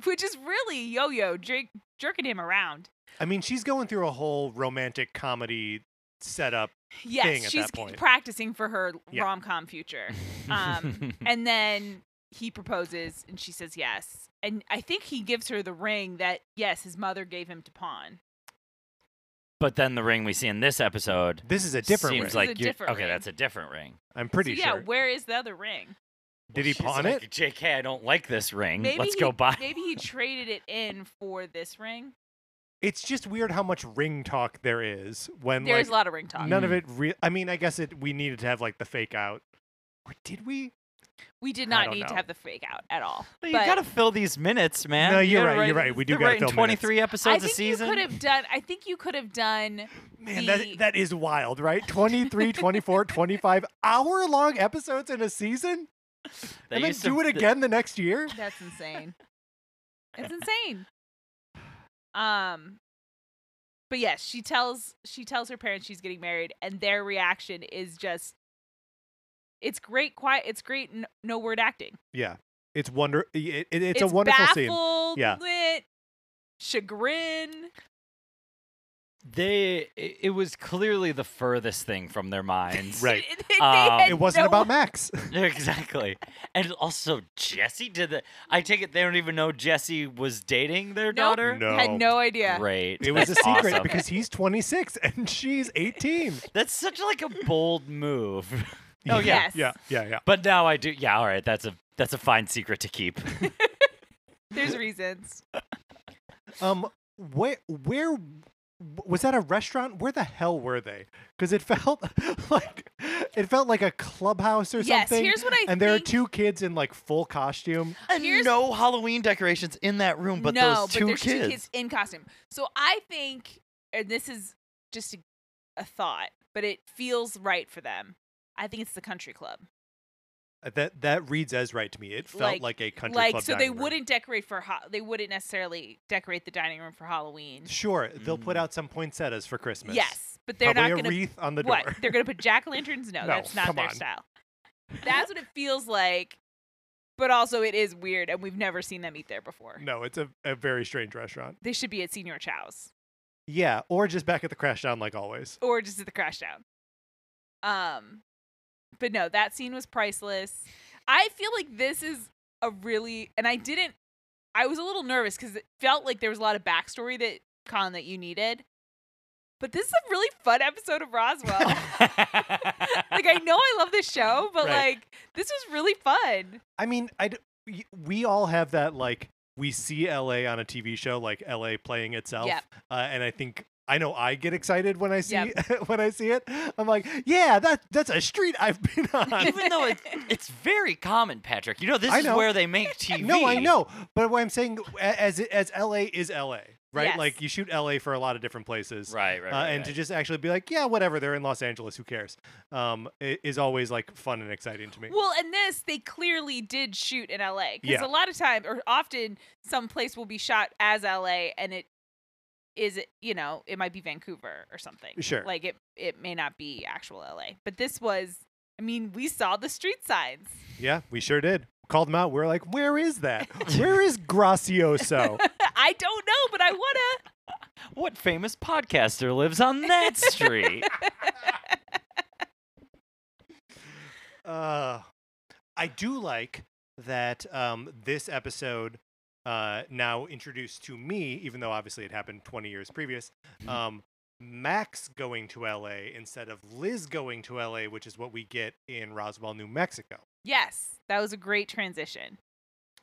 Speaker 1: jk which is really yo-yo jerk, jerking him around
Speaker 2: I mean, she's going through a whole romantic comedy setup.
Speaker 1: yes
Speaker 2: Thing at
Speaker 1: she's
Speaker 2: that point.
Speaker 1: practicing for her
Speaker 2: Yeah.
Speaker 1: rom-com future Um, and then he proposes and she says yes and i think he gives her the ring that yes his mother gave him to pawn
Speaker 3: but then the ring we see in this episode
Speaker 2: This is a different
Speaker 3: seems
Speaker 2: ring.
Speaker 1: This
Speaker 3: like
Speaker 1: is a
Speaker 3: you're-
Speaker 1: different
Speaker 3: okay.
Speaker 1: ring.
Speaker 3: That's a different ring.
Speaker 2: I'm
Speaker 1: So
Speaker 2: pretty
Speaker 1: yeah
Speaker 2: sure.
Speaker 1: where is the other ring
Speaker 2: Did he
Speaker 3: She's
Speaker 2: pawn
Speaker 3: like,
Speaker 2: it?
Speaker 3: Jk, I don't like this ring.
Speaker 1: Maybe
Speaker 3: Let's
Speaker 1: he,
Speaker 3: go buy.
Speaker 1: Maybe he traded it in for this ring.
Speaker 2: It's just weird how much ring talk there is when
Speaker 1: There's a
Speaker 2: like
Speaker 1: lot of ring talk.
Speaker 2: none
Speaker 3: Hmm.
Speaker 2: of it. Re- I mean, I guess it. We needed to have like the fake out, or did we?
Speaker 1: we did
Speaker 2: I
Speaker 1: not
Speaker 2: don't
Speaker 1: need to
Speaker 2: know.
Speaker 1: have the fake out at all.
Speaker 3: You
Speaker 1: but
Speaker 3: gotta fill these minutes, man.
Speaker 2: No,
Speaker 3: You
Speaker 2: you're
Speaker 3: gotta
Speaker 2: right, you're
Speaker 3: write-
Speaker 2: right. We do
Speaker 3: they're
Speaker 2: gotta
Speaker 3: writing
Speaker 2: fill minutes.
Speaker 3: 23
Speaker 1: I
Speaker 3: episodes a
Speaker 1: think you
Speaker 3: season.
Speaker 1: could have done. I think you could have done. The-
Speaker 2: Man, that, that is wild, right? 23, 24, 25 hour long episodes in a season,
Speaker 3: They
Speaker 2: and then
Speaker 3: used to-
Speaker 2: do it
Speaker 3: th-
Speaker 2: again the next year.
Speaker 1: That's insane. it's insane. Um, but yes, she tells she tells her parents she's getting married, and their reaction is just, it's great. Quiet. It's great. n- No word acting.
Speaker 2: Yeah, it's wonder. It, it- it's, a wonderful scene.
Speaker 1: baffled,
Speaker 2: Yeah.
Speaker 1: lit, chagrin.
Speaker 3: They. It it was clearly the furthest thing from their minds.
Speaker 2: Right.
Speaker 1: They- they
Speaker 3: Um,
Speaker 1: had
Speaker 2: It wasn't
Speaker 1: no
Speaker 2: about Max.
Speaker 3: Yeah, exactly. And also, Jesse did that. I take it they don't even know Jesse was dating their
Speaker 1: Nope.
Speaker 3: daughter.
Speaker 2: No.
Speaker 1: Had no idea.
Speaker 3: Great.
Speaker 2: It was a
Speaker 3: That's
Speaker 2: secret
Speaker 3: awesome.
Speaker 2: because he's 26 and she's 18.
Speaker 3: that's such like a bold move.
Speaker 1: Oh, yeah. Yes.
Speaker 2: Yeah, yeah, yeah.
Speaker 3: But now I do. Yeah, all right. That's a that's a fine secret to keep.
Speaker 1: There's reasons.
Speaker 2: Um where where was that a restaurant? Where the hell were they? Cuz it felt like it felt like a clubhouse or
Speaker 1: yes,
Speaker 2: something.
Speaker 1: here's what I
Speaker 2: and there are
Speaker 1: think.
Speaker 2: two kids in like full costume.
Speaker 3: And
Speaker 1: Here's-
Speaker 3: no Halloween decorations in that room, but
Speaker 1: no,
Speaker 3: those two
Speaker 1: but there's
Speaker 3: kids.
Speaker 1: two kids in costume. So I think, and this is just a, a thought, but it feels right for them. I think it's the country club.
Speaker 2: That that reads as right to me. It felt like,
Speaker 1: Like-
Speaker 2: a country
Speaker 1: like
Speaker 2: club.
Speaker 1: so they
Speaker 2: dining room.
Speaker 1: wouldn't decorate for ho- they wouldn't necessarily decorate the dining room for Halloween.
Speaker 2: Sure, they'll put
Speaker 3: Mm.
Speaker 2: out some poinsettias for Christmas.
Speaker 1: Yes, but they're
Speaker 2: Probably
Speaker 1: not
Speaker 2: a
Speaker 1: going to
Speaker 2: wreath on the
Speaker 1: what
Speaker 2: door.
Speaker 1: they're going to put jack o' lanterns. No,
Speaker 2: No,
Speaker 1: that's not
Speaker 2: come
Speaker 1: their
Speaker 2: on.
Speaker 1: style. That's what it feels like. But also, it is weird, and we've never seen them eat there before.
Speaker 2: No, it's a, a very strange restaurant.
Speaker 1: They should be at Senior Chow's
Speaker 2: Yeah, or just back at the crash down like always.
Speaker 1: or just at the Crash Down. Um, but no, that scene was priceless. I feel like this is a really, and I didn't. I was a little nervous because it felt like there was a lot of backstory that Con that you needed. But this is a really fun episode of Roswell. like I know I love this show, but
Speaker 2: Right.
Speaker 1: like this was really fun.
Speaker 2: I mean, I we all have that like we see LA on a TV show like LA playing itself,
Speaker 1: Yep.
Speaker 2: uh, and I think I know I get excited when I see
Speaker 1: Yep.
Speaker 2: when I see it. I'm like, yeah, that that's a street I've been on.
Speaker 3: Even though it, it's very common, Patrick. You know this
Speaker 2: I
Speaker 3: is
Speaker 2: know.
Speaker 3: where they make TV.
Speaker 2: no, I know, but what I'm saying a- as it- as LA is LA, right?
Speaker 1: Yes.
Speaker 2: Like you shoot LA for a lot of different places.
Speaker 3: Right, right.
Speaker 2: Uh,
Speaker 3: right,
Speaker 2: and
Speaker 3: right.
Speaker 2: to just actually be like, yeah, whatever, they're in Los Angeles, who cares? Um, i- is always like fun and exciting to me.
Speaker 1: Well, and this they clearly did shoot in LA because
Speaker 2: Yeah.
Speaker 1: a lot of time or often some place will be shot as LA and it is you know it might be Vancouver or something.
Speaker 2: Sure.
Speaker 1: like it it may not be actual LA, but this was. I mean, we saw the street signs.
Speaker 2: Yeah, we sure did. Called them out. We are like, where is that? Where is Gracioso?
Speaker 1: I don't know, but I wanna.
Speaker 3: what famous podcaster lives on that street?
Speaker 2: Uh, I do like that um, this episode uh, now introduced to me, even though obviously it happened 20 years previous.
Speaker 3: Mhm.
Speaker 1: Mm-hmm.
Speaker 2: Um, Max going to LA instead of Liz going to LA, which is what we get in Roswell, New Mexico.
Speaker 1: Yes, that was a great transition.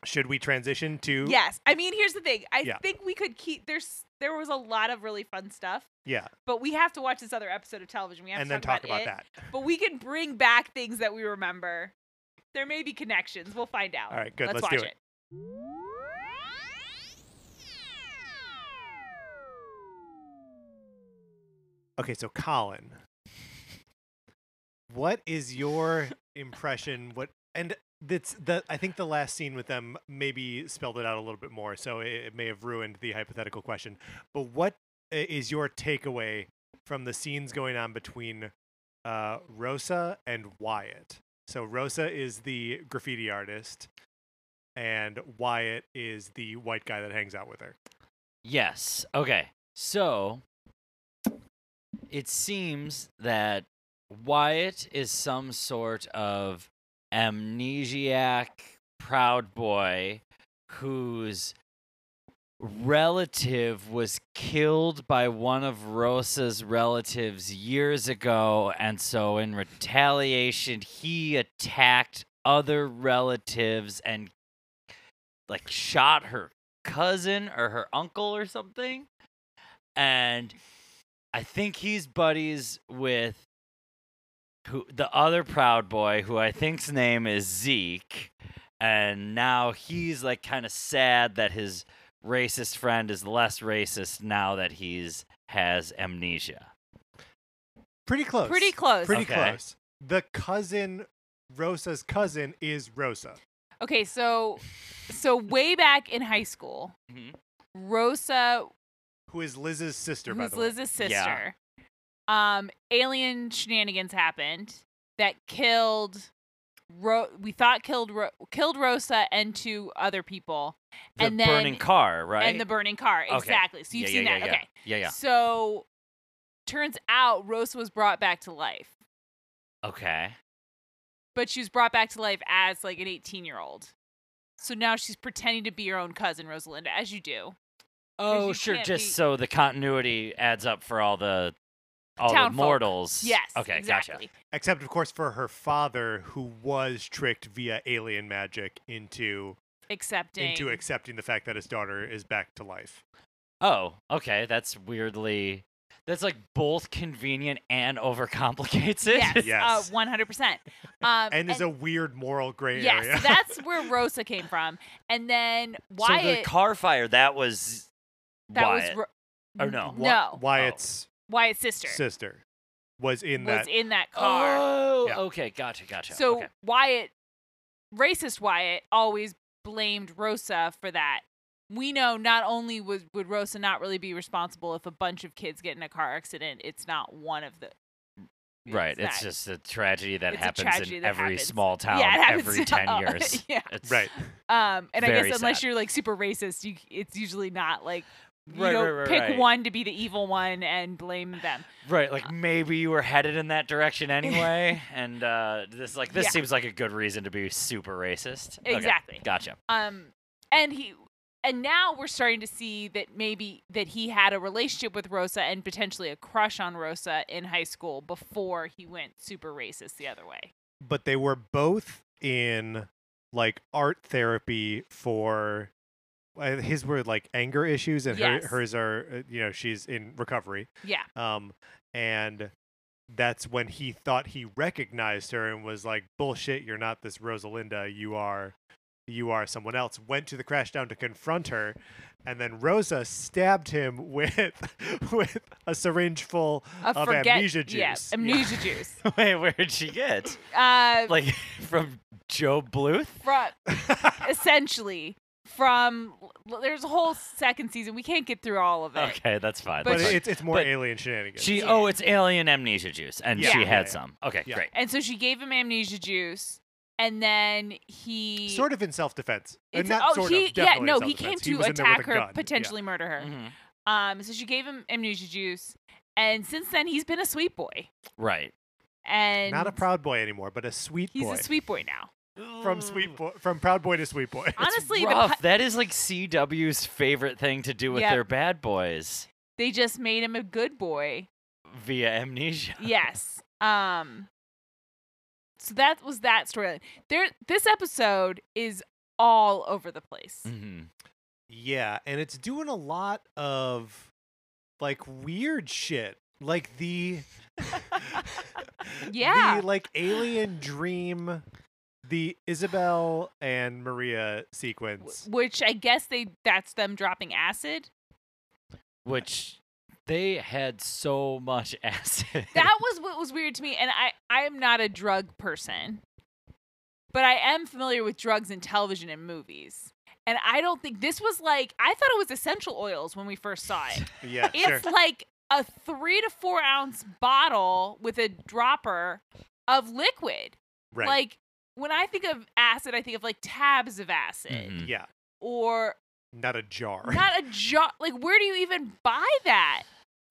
Speaker 2: Should we transition to?
Speaker 1: Yes, I mean, here's the thing. I
Speaker 2: Yeah.
Speaker 1: think we could keep. There's there was a lot of really fun stuff,
Speaker 2: Yeah,
Speaker 1: but we have to watch this other episode of television. We have
Speaker 2: and
Speaker 1: to
Speaker 2: then talk about,
Speaker 1: it.
Speaker 2: that.
Speaker 1: But we can bring back things that we remember. There may be connections. We'll find out.
Speaker 2: All right, good.
Speaker 1: Let's,
Speaker 2: Let's do
Speaker 1: watch
Speaker 2: it. Okay, so Colin, what is your impression? What and that's the I think the last scene with them maybe spelled it out a little bit more, so it, it may have ruined the hypothetical question. But what i- is your takeaway from the scenes going on between uh, Rosa and Wyatt? So Rosa is the graffiti artist, and Wyatt is the white guy that hangs out with her.
Speaker 3: Yes. Okay. So it seems that Wyatt is some sort of amnesiac proud boy whose relative was killed by one of Rosa's relatives years ago and so in retaliation he attacked other relatives and like shot her cousin or her uncle or something. And I think he's buddies with who the other proud boy who I think's name is Zeke. And now he's like kind of sad that his racist friend is less racist now that he's has amnesia.
Speaker 2: Pretty close.
Speaker 1: Pretty close.
Speaker 2: pretty
Speaker 3: Okay.
Speaker 2: close. The cousin, Rosa's cousin, is Rosa.
Speaker 1: Okay, so so way back in high school,
Speaker 3: Mhm.
Speaker 1: Rosa
Speaker 2: who is Liz's sister, by
Speaker 1: who's
Speaker 2: the way.
Speaker 1: Liz's
Speaker 3: Yeah.
Speaker 1: sister. Um, alien shenanigans happened that killed. Ro- we thought killed Ro- killed Rosa and two other people,
Speaker 3: The
Speaker 1: and then
Speaker 3: burning car, right?
Speaker 1: and the burning car
Speaker 3: Okay.
Speaker 1: exactly. So you've
Speaker 3: yeah,
Speaker 1: seen that,
Speaker 3: yeah, yeah,
Speaker 1: okay?
Speaker 3: Yeah, yeah.
Speaker 1: So turns out Rosa was brought back to life,
Speaker 3: yeah. Okay.
Speaker 1: but she was brought back to life as like an eighteen year old. So now she's pretending to be your own cousin, Rosalinda, as you do.
Speaker 3: Oh,
Speaker 1: you
Speaker 3: sure.
Speaker 1: can't
Speaker 3: Just
Speaker 1: be-
Speaker 3: so the continuity adds up for all the all
Speaker 1: Townfolk.
Speaker 3: the mortals.
Speaker 1: Yes.
Speaker 3: Okay. Gotcha.
Speaker 1: Exactly.
Speaker 2: Except, of course, for her father, who was tricked via alien magic into
Speaker 1: Accepting.
Speaker 2: into accepting the fact that his daughter is back to life.
Speaker 3: Oh, okay. That's weirdly. That's like both convenient and overcomplicates it.
Speaker 1: Yes.
Speaker 2: Yes.
Speaker 1: Uh, 100%. Um,
Speaker 2: And there's a weird moral gray
Speaker 1: Yes,
Speaker 2: area.
Speaker 1: that's where Rosa came from. And then
Speaker 3: So the
Speaker 1: Wyatt,
Speaker 3: car fire that was.
Speaker 1: that
Speaker 3: Wyatt.
Speaker 1: was Ro-
Speaker 2: Oh,
Speaker 3: or no.
Speaker 2: Wy-
Speaker 1: no,
Speaker 2: Wyatt's
Speaker 1: Wyatt's sister
Speaker 2: sister was in
Speaker 1: was
Speaker 2: that.
Speaker 1: in that car.
Speaker 3: Oh,
Speaker 2: Yeah.
Speaker 3: okay. Gotcha. Gotcha.
Speaker 1: so
Speaker 3: okay.
Speaker 1: Wyatt racist Wyatt always blamed Rosa for that. We know not only was would Rosa not really be responsible if a bunch of kids get in a car accident, it's not one of the
Speaker 3: Right. It's
Speaker 1: that.
Speaker 3: just a tragedy that
Speaker 1: It's a
Speaker 3: happens
Speaker 1: tragedy
Speaker 3: in
Speaker 1: that
Speaker 3: every
Speaker 1: happens.
Speaker 3: small town
Speaker 1: yeah, it happens
Speaker 3: every
Speaker 1: to-
Speaker 3: 10
Speaker 1: oh,
Speaker 3: years.
Speaker 1: yeah.
Speaker 3: It's,
Speaker 2: Right.
Speaker 1: Um, and I
Speaker 3: Very
Speaker 1: guess unless
Speaker 3: sad.
Speaker 1: you're like super racist, you it's usually not like you
Speaker 3: Right,
Speaker 1: don't
Speaker 3: right, right,
Speaker 1: pick
Speaker 3: right.
Speaker 1: one to be the evil one and blame them.
Speaker 3: Right,
Speaker 1: Uh,
Speaker 3: like maybe you were headed in that direction anyway, and uh, this like this
Speaker 1: Yeah.
Speaker 3: seems like a good reason to be super racist. Okay,
Speaker 1: Exactly.
Speaker 3: gotcha.
Speaker 1: um and he and now we're starting to see that maybe that he had a relationship with rosa and potentially a crush on rosa in high school before he went super racist the other way
Speaker 2: but they were both in like art therapy for uh, his were like anger issues and
Speaker 1: Yes.
Speaker 2: her, hers are uh, you know she's in recovery
Speaker 1: yeah
Speaker 2: um and that's when he thought he recognized her and was like bullshit you're not this rosalinda you are you are someone else went to the crash down to confront her and then rosa stabbed him with with a syringe full
Speaker 1: a
Speaker 2: Of
Speaker 1: forget
Speaker 2: amnesia
Speaker 1: yeah,
Speaker 2: juice. Yeah.
Speaker 1: amnesia juice
Speaker 3: Wait, where did she get?
Speaker 1: uh
Speaker 3: Like from Joe Bluth?
Speaker 1: from essentially from there's a whole second season we can't get through all of it
Speaker 3: Okay, that's fine.
Speaker 1: But
Speaker 2: but
Speaker 3: that's fine.
Speaker 1: she-
Speaker 2: it's, it's more
Speaker 3: but
Speaker 2: alien shenanigans
Speaker 3: she
Speaker 1: Yeah.
Speaker 3: oh, it's alien amnesia juice, and
Speaker 2: Yeah.
Speaker 3: she
Speaker 2: Yeah,
Speaker 3: had
Speaker 2: yeah.
Speaker 3: some. Okay,
Speaker 2: Yeah.
Speaker 3: great.
Speaker 1: and so she gave him amnesia juice and then he
Speaker 2: sort of in self-defense. Uh,
Speaker 1: it's-
Speaker 2: not
Speaker 1: oh
Speaker 2: sort
Speaker 1: he
Speaker 2: of,
Speaker 1: yeah
Speaker 2: definitely in
Speaker 1: no he came
Speaker 2: self-defense.
Speaker 1: to
Speaker 2: was in there with
Speaker 1: attack
Speaker 2: a
Speaker 1: her
Speaker 2: gun. Yeah.
Speaker 1: potentially murder her
Speaker 3: Mhm.
Speaker 1: Um, so she gave him amnesia juice, and since then he's been a sweet boy,
Speaker 3: Right.
Speaker 1: and
Speaker 2: Not a proud boy anymore, but a sweet
Speaker 1: he's
Speaker 2: boy.
Speaker 1: a sweet boy now.
Speaker 2: from sweet boy from proud boy to sweet boy.
Speaker 1: Hon- Honestly, the
Speaker 3: rough.
Speaker 1: pi-
Speaker 3: that is like CW's favorite thing to do with
Speaker 1: Yep.
Speaker 3: their bad boys
Speaker 1: They just made him a good boy.
Speaker 3: via amnesia.
Speaker 1: Yes. Um. So that was that storyline. There, this episode is all over the place.
Speaker 2: Mm,
Speaker 3: hmm
Speaker 2: yeah, and it's doing a lot of like weird shit. Like the
Speaker 1: Yeah.
Speaker 2: the, like alien dream the Isabel and Maria
Speaker 1: W-
Speaker 2: sequence.
Speaker 1: Which I guess they—that's them dropping acid.
Speaker 3: Which they had so much acid.
Speaker 1: That was what was weird to me, and I I am not a drug person, but I am familiar with drugs in television and movies. And I don't think this was like I thought it was essential oils when we first saw it.
Speaker 2: Yeah, sure.
Speaker 1: It's like a three to four ounce bottle with a dropper of liquid.
Speaker 2: Right.
Speaker 1: Like when I think of acid, I think of like tabs of acid
Speaker 3: Mhm.
Speaker 2: yeah,
Speaker 1: or
Speaker 2: not a jar.
Speaker 1: not a jar. Like where do you even buy that?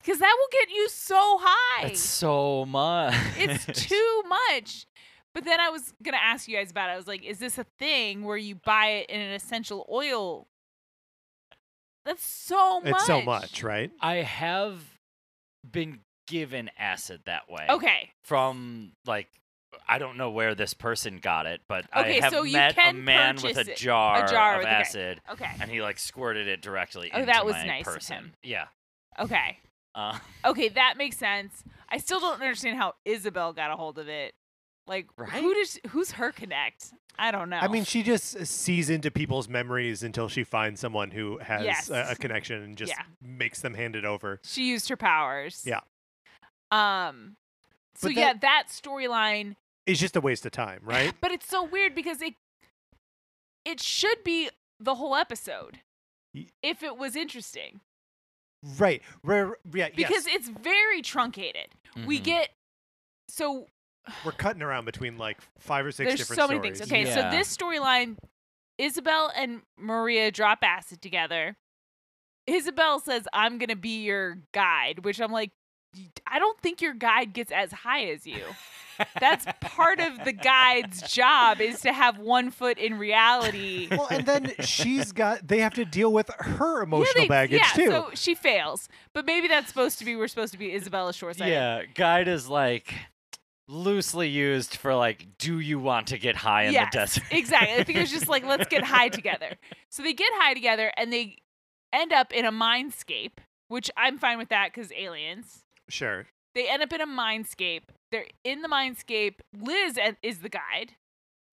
Speaker 1: Because that will get you so high.
Speaker 3: That's so much.
Speaker 1: it's too much. But then I was gonna ask you guys about it. I was like, is this a thing where you buy it in an essential oil? That's so much.
Speaker 2: it's so much, right?
Speaker 3: I have been given acid that way.
Speaker 1: Okay.
Speaker 3: From like I don't know where this person got it, but
Speaker 1: Okay,
Speaker 3: I have
Speaker 1: so you
Speaker 3: met a
Speaker 1: can
Speaker 3: man with
Speaker 1: purchase
Speaker 3: a
Speaker 1: it- a
Speaker 3: jar,
Speaker 1: jar
Speaker 3: of
Speaker 1: with- okay.
Speaker 3: acid,
Speaker 1: Okay.
Speaker 3: and he like squirted it directly
Speaker 1: Oh,
Speaker 3: into
Speaker 1: that was
Speaker 3: my
Speaker 1: nice of
Speaker 3: person.
Speaker 1: him.
Speaker 3: Yeah.
Speaker 1: Okay.
Speaker 3: Uh,
Speaker 1: Okay, that makes sense. I still don't understand how Isabel got a hold of it. Like who
Speaker 3: Right?
Speaker 1: does who's her connect? I don't know.
Speaker 2: I mean, she just sees into people's memories until she finds someone who has
Speaker 1: Yes.
Speaker 2: a, a connection and just
Speaker 1: Yeah.
Speaker 2: makes them hand it over.
Speaker 1: she used her powers.
Speaker 2: Yeah.
Speaker 1: Um so
Speaker 2: But
Speaker 1: yeah, that storyline
Speaker 2: It's just a waste of time, right?
Speaker 1: but it's so weird because it it should be the whole episode
Speaker 2: Ye-
Speaker 1: if it was interesting
Speaker 2: right. We're, yeah,
Speaker 1: because it's
Speaker 2: yes.
Speaker 1: very truncated we
Speaker 3: mhm.
Speaker 1: get so
Speaker 2: we're cutting around between like five or six
Speaker 1: there's
Speaker 2: different
Speaker 1: so many
Speaker 2: stories.
Speaker 1: things okay
Speaker 3: Yeah.
Speaker 1: so this storyline isabel and maria drop acid together isabel says i'm gonna be your guide which i'm like "Y- i don't think your guide gets as high as you that's part of the guide's job is to have one foot in reality
Speaker 2: Well, and then she's got, they have to deal with her
Speaker 1: Yeah,
Speaker 2: emotional
Speaker 1: they-
Speaker 2: baggage
Speaker 1: yeah,
Speaker 2: too.
Speaker 1: So she fails, but maybe that's supposed to be we're supposed to be Isabella Shoreside.
Speaker 3: Yeah, guide is like loosely used for like, do you want to get high in
Speaker 1: Yes,
Speaker 3: the desert?
Speaker 1: exactly. I think it was just like let's get high together. So they get high together and they end up in a mindscape, which I'm fine with that because aliens.
Speaker 2: sure.
Speaker 1: They end up in a mindscape. They're in the mindscape. Liz and- is the guide.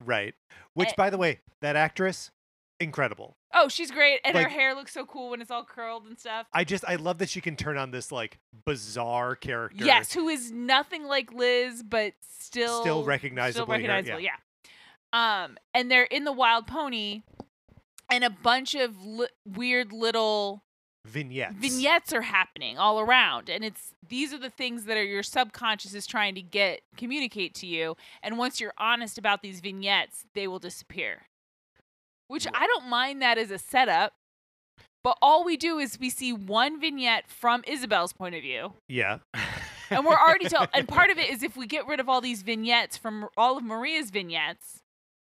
Speaker 2: Right. Which,
Speaker 1: Eh.
Speaker 2: by the way, that actress, incredible.
Speaker 1: Oh, she's great, and her
Speaker 2: Like-
Speaker 1: hair looks so cool when it's all curled and stuff.
Speaker 2: I just, I love that she can turn on this like bizarre character.
Speaker 1: Yes, who is nothing like Liz, but still
Speaker 2: Still recognizably her,
Speaker 1: recognizable. yeah. Um, and they're in the Wild Pony, and a bunch of li- weird little
Speaker 2: Vignettes.
Speaker 1: vignettes are happening all around and it's these are the things that are your subconscious is trying to get communicate to you and once you're honest about these vignettes they will disappear which i don't mind that as a setup but all we do is we see one vignette from isabel's point of view
Speaker 2: Yeah.
Speaker 1: and we're already told and part of it is if we get rid of all these vignettes from all of maria's vignettes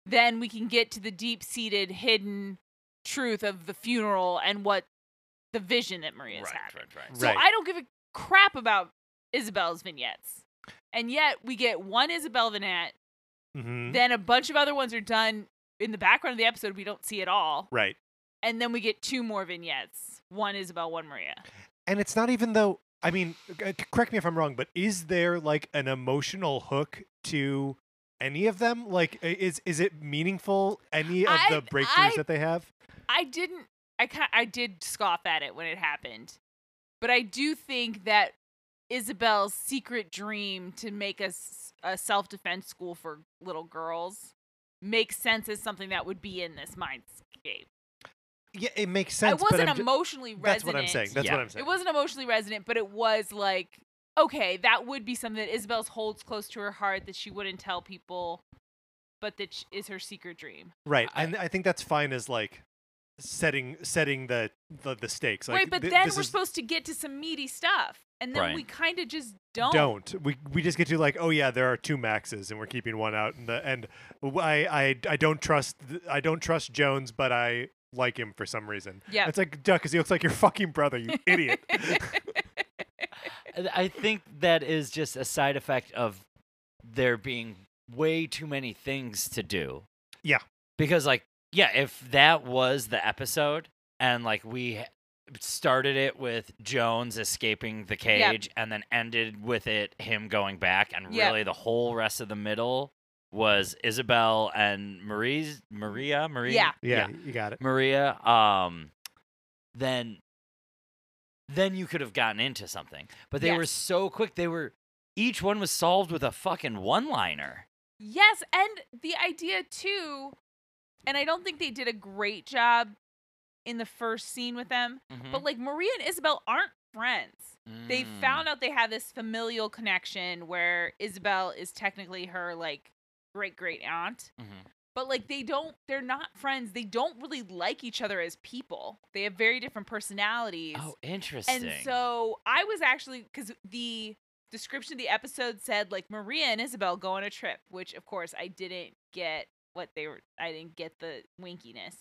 Speaker 1: then we can get to the deep-seated hidden truth of the funeral and what the vision that maria's
Speaker 3: right,
Speaker 1: having
Speaker 3: right, right.
Speaker 1: so
Speaker 2: Right.
Speaker 1: I don't give a crap about Isabel's vignettes. And yet we get one Isabel vignette,
Speaker 2: hmm
Speaker 1: then a bunch of other ones are done in the background of the episode we don't see at all.
Speaker 2: Right.
Speaker 1: And then we get two more vignettes. One Isabel, one Maria.
Speaker 2: And it's not even though, I mean, c- c- correct me if I'm wrong, but is there like an emotional hook to any of them? Like, i- is is it meaningful, any of
Speaker 1: I-
Speaker 2: the breakthroughs
Speaker 1: I-
Speaker 2: that they have?
Speaker 1: I didn't I ki I did scoff at it when it happened. But I do think that Isabel's secret dream to make a, s- a self-defense school for little girls makes sense as something that would be in this mindscape.
Speaker 2: Yeah, it makes sense.
Speaker 1: I wasn't
Speaker 2: but I'm ju-
Speaker 1: emotionally
Speaker 2: That's
Speaker 1: resonant.
Speaker 2: what I'm saying. That's
Speaker 3: Yeah.
Speaker 2: what I'm saying.
Speaker 1: It wasn't emotionally resonant, but it was like, okay, that would be something that Isabel's holds close to her heart that she wouldn't tell people, but that sh- is her secret dream.
Speaker 2: right,
Speaker 3: I-
Speaker 2: and I think that's fine as like setting setting the the, the stakes. Like,
Speaker 1: right, but
Speaker 2: thi-
Speaker 1: then
Speaker 2: this
Speaker 1: we're
Speaker 2: is-
Speaker 1: supposed to get to some meaty stuff, and then
Speaker 3: Right.
Speaker 1: we kind of just don't.
Speaker 2: don't. We we just get to like, oh yeah, there are two maxes, and we're keeping one out. And the and w- I I, I don't trust th- I don't trust Jones, but I like him for some reason.
Speaker 1: Yeah.
Speaker 2: It's like duh, because he looks like your fucking brother, you idiot.
Speaker 3: I think that is just a side effect of there being way too many things to do.
Speaker 2: Yeah.
Speaker 3: Because like yeah, if that was the episode and like we h- started it with Jones escaping the cage and then ended with it him going back and
Speaker 1: Yep.
Speaker 3: really the whole rest of the middle was Isabel and Marie's Maria Maria
Speaker 1: Yeah.
Speaker 2: yeah, you got it.
Speaker 3: Maria, um, then then you could have gotten into something. But they were
Speaker 1: Yes.
Speaker 3: so quick. They were each one was solved with a fucking one-liner.
Speaker 1: Yes, and the idea too, and I don't think they did a great job in the first scene with them,
Speaker 2: Mm-hmm.
Speaker 1: but like Maria and Isabel aren't friends. they
Speaker 2: Mm.
Speaker 3: Mm.
Speaker 1: found out they have this familial connection where Isabel is technically her like great great aunt,
Speaker 3: Mm-hmm.
Speaker 1: but like they don't they're not friends. They don't really like each other as people. They have very different personalities.
Speaker 3: Oh, interesting.
Speaker 1: and so I was actually cuz the description of the episode said like Maria and Isabel go on a trip, which of course I didn't get what they were I didn't get the winkiness.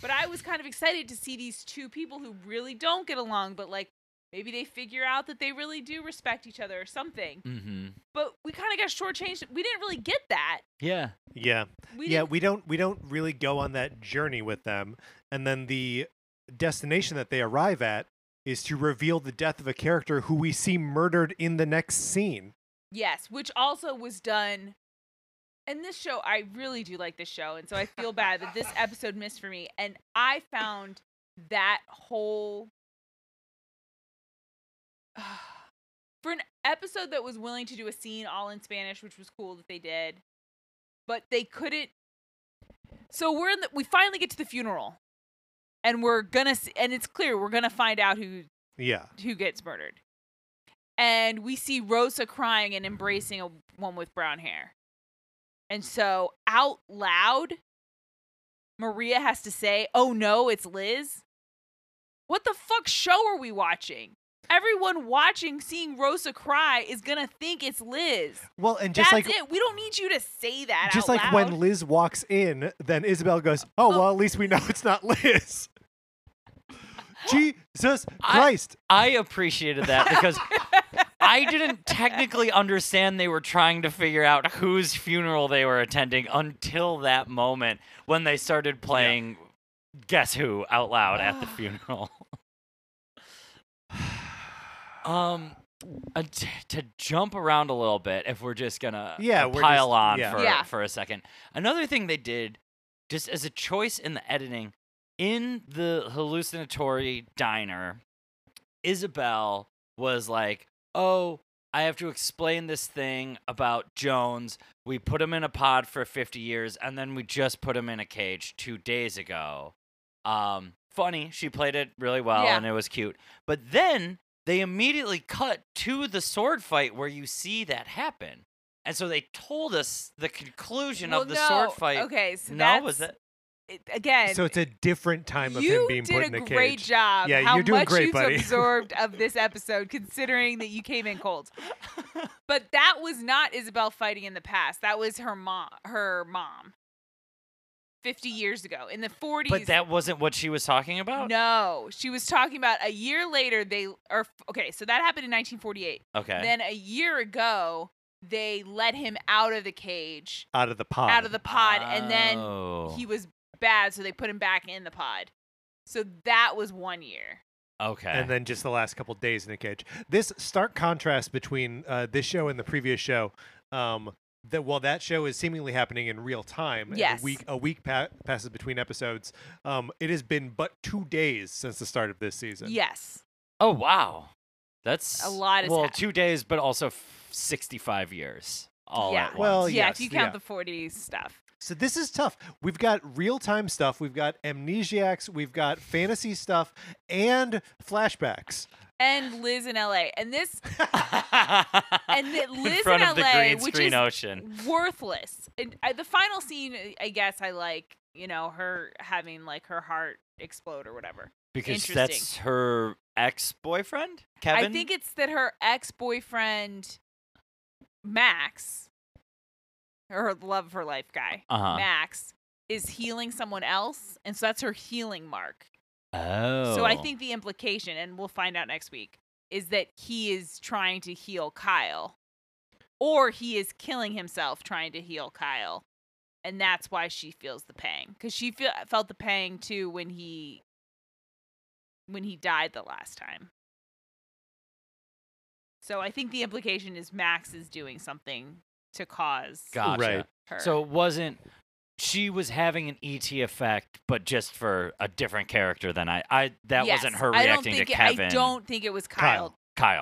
Speaker 1: But I was kind of excited to see these two people who really don't get along, but like maybe they figure out that they really do respect each other or something.
Speaker 3: hmm
Speaker 1: But we kind of got shortchanged. We didn't really get that.
Speaker 3: Yeah.
Speaker 2: Yeah,
Speaker 1: We
Speaker 2: yeah.
Speaker 1: didn't-
Speaker 2: We don't we don't really go on that journey with them, and then the destination that they arrive at is to reveal the death of a character who we see murdered in the next scene.
Speaker 1: yes, which also was done. And this show, I really do like this show, and so I feel bad that this episode missed for me. And I found that whole for an episode that was willing to do a scene all in Spanish, which was cool that they did, but they couldn't. So we're in the, we finally get to the funeral, and we're gonna s- and it's clear we're gonna find out who
Speaker 2: Yeah,
Speaker 1: who gets murdered. And we see Rosa crying and embracing a one with brown hair. And so out loud, Maria has to say, Oh no, it's Liz. What the fuck show are we watching? Everyone watching seeing Rosa cry is gonna think it's Liz.
Speaker 2: well, and just
Speaker 1: That's
Speaker 2: like
Speaker 1: it. We don't need you to say that.
Speaker 2: just
Speaker 1: out
Speaker 2: like
Speaker 1: loud.
Speaker 2: when Liz walks in, then Isabel goes, "Oh
Speaker 1: Oh.
Speaker 2: well, at least we know it's not Liz." Jesus Christ!
Speaker 3: I appreciated that because I didn't technically understand they were trying to figure out whose funeral they were attending until that moment when they started playing Guess Who out loud at the funeral. um, uh, t- to jump around a little bit, if we're just gonna
Speaker 2: Yeah,
Speaker 3: uh,
Speaker 2: we're
Speaker 3: pile
Speaker 2: just-
Speaker 3: on
Speaker 2: yeah.
Speaker 3: For,
Speaker 1: Yeah.
Speaker 3: for a second. Another thing they did, just as a choice in the editing, in the hallucinatory diner, Isabel was like, "Oh, I have to explain this thing about Jones. We put him in a pod for 50 years, and then we just put him in a cage two days ago. Um, funny, she played it really well,
Speaker 5: Yeah.
Speaker 3: and it was cute. But then they immediately cut to the sword fight where you see that happen. And so they told us the conclusion
Speaker 1: Well,
Speaker 3: of the
Speaker 1: no.
Speaker 3: sword fight.
Speaker 1: Okay, so
Speaker 3: no,
Speaker 1: that's
Speaker 3: was it?
Speaker 1: it- again.
Speaker 2: So it's a different time of
Speaker 1: you
Speaker 2: him being
Speaker 1: did
Speaker 2: put
Speaker 1: a
Speaker 2: in a
Speaker 1: great
Speaker 2: cage.
Speaker 1: job.
Speaker 2: Yeah,
Speaker 1: how
Speaker 2: you're doing
Speaker 1: much
Speaker 2: great,
Speaker 1: you've
Speaker 2: buddy.
Speaker 1: absorbed of this episode, considering that you came in cold. But that was not Isabel fighting in the past. That was her mom. Her mom. Fifty years ago, in the forties.
Speaker 3: But that wasn't what she was talking about?
Speaker 1: no, she was talking about a year later. They or okay, so that happened in 1948.
Speaker 3: Okay.
Speaker 1: Then a year ago, they let him out of the cage,
Speaker 2: Out of the pod.
Speaker 1: out of the pod, and then
Speaker 3: Oh.
Speaker 1: he was bad, so they put him back in the pod. So that was one year.
Speaker 3: Okay.
Speaker 2: and then just the last couple days in a cage. This stark contrast between uh, this show and the previous show. Um, that while that show is seemingly happening in real time, and
Speaker 1: Yes.
Speaker 2: a week a week pa- passes between episodes. Um, it has been but two days since the start of this season.
Speaker 1: Yes.
Speaker 3: Oh wow, that's
Speaker 1: A lot has
Speaker 3: Well,
Speaker 1: happened.
Speaker 3: two days, but also f- sixty-five years all
Speaker 1: Yeah.
Speaker 3: at once.
Speaker 2: Well,
Speaker 1: yeah,
Speaker 2: yes,
Speaker 1: if you count
Speaker 2: yeah.
Speaker 1: the 40s stuff.
Speaker 2: So this is tough. We've got real time stuff. We've got amnesiacs. We've got fantasy stuff and flashbacks.
Speaker 1: And Liz in LA. And this and the- Liz
Speaker 3: in front
Speaker 1: in
Speaker 3: of the
Speaker 1: LA,
Speaker 3: green
Speaker 1: which
Speaker 3: screen
Speaker 1: is-
Speaker 3: ocean.
Speaker 1: worthless. And I, the final scene, I guess I like, you know, her having like her heart explode or whatever.
Speaker 3: Because
Speaker 1: Interesting.
Speaker 3: that's her ex-boyfriend, Kevin.
Speaker 1: I think it's that her ex boyfriend, Max, or her love of her life guy,
Speaker 3: Uh-huh.
Speaker 1: Max, is healing someone else. And so that's her healing mark.
Speaker 3: oh.
Speaker 1: So I think the implication, and we'll find out next week, is that he is trying to heal Kyle, or he is killing himself trying to heal Kyle, and that's why she feels the pang because she feel, felt the pang too when he when he died the last time. So I think the implication is Max is doing something to cause
Speaker 3: Gotcha.
Speaker 2: Right.
Speaker 1: her.
Speaker 3: So it wasn't. She was having an ET effect, but just for a different character than I. I that
Speaker 1: Yes,
Speaker 3: wasn't her
Speaker 1: I don't
Speaker 3: reacting
Speaker 1: think
Speaker 3: to
Speaker 1: it-
Speaker 3: Kevin.
Speaker 1: I don't think it was
Speaker 2: Kyle.
Speaker 1: Kyle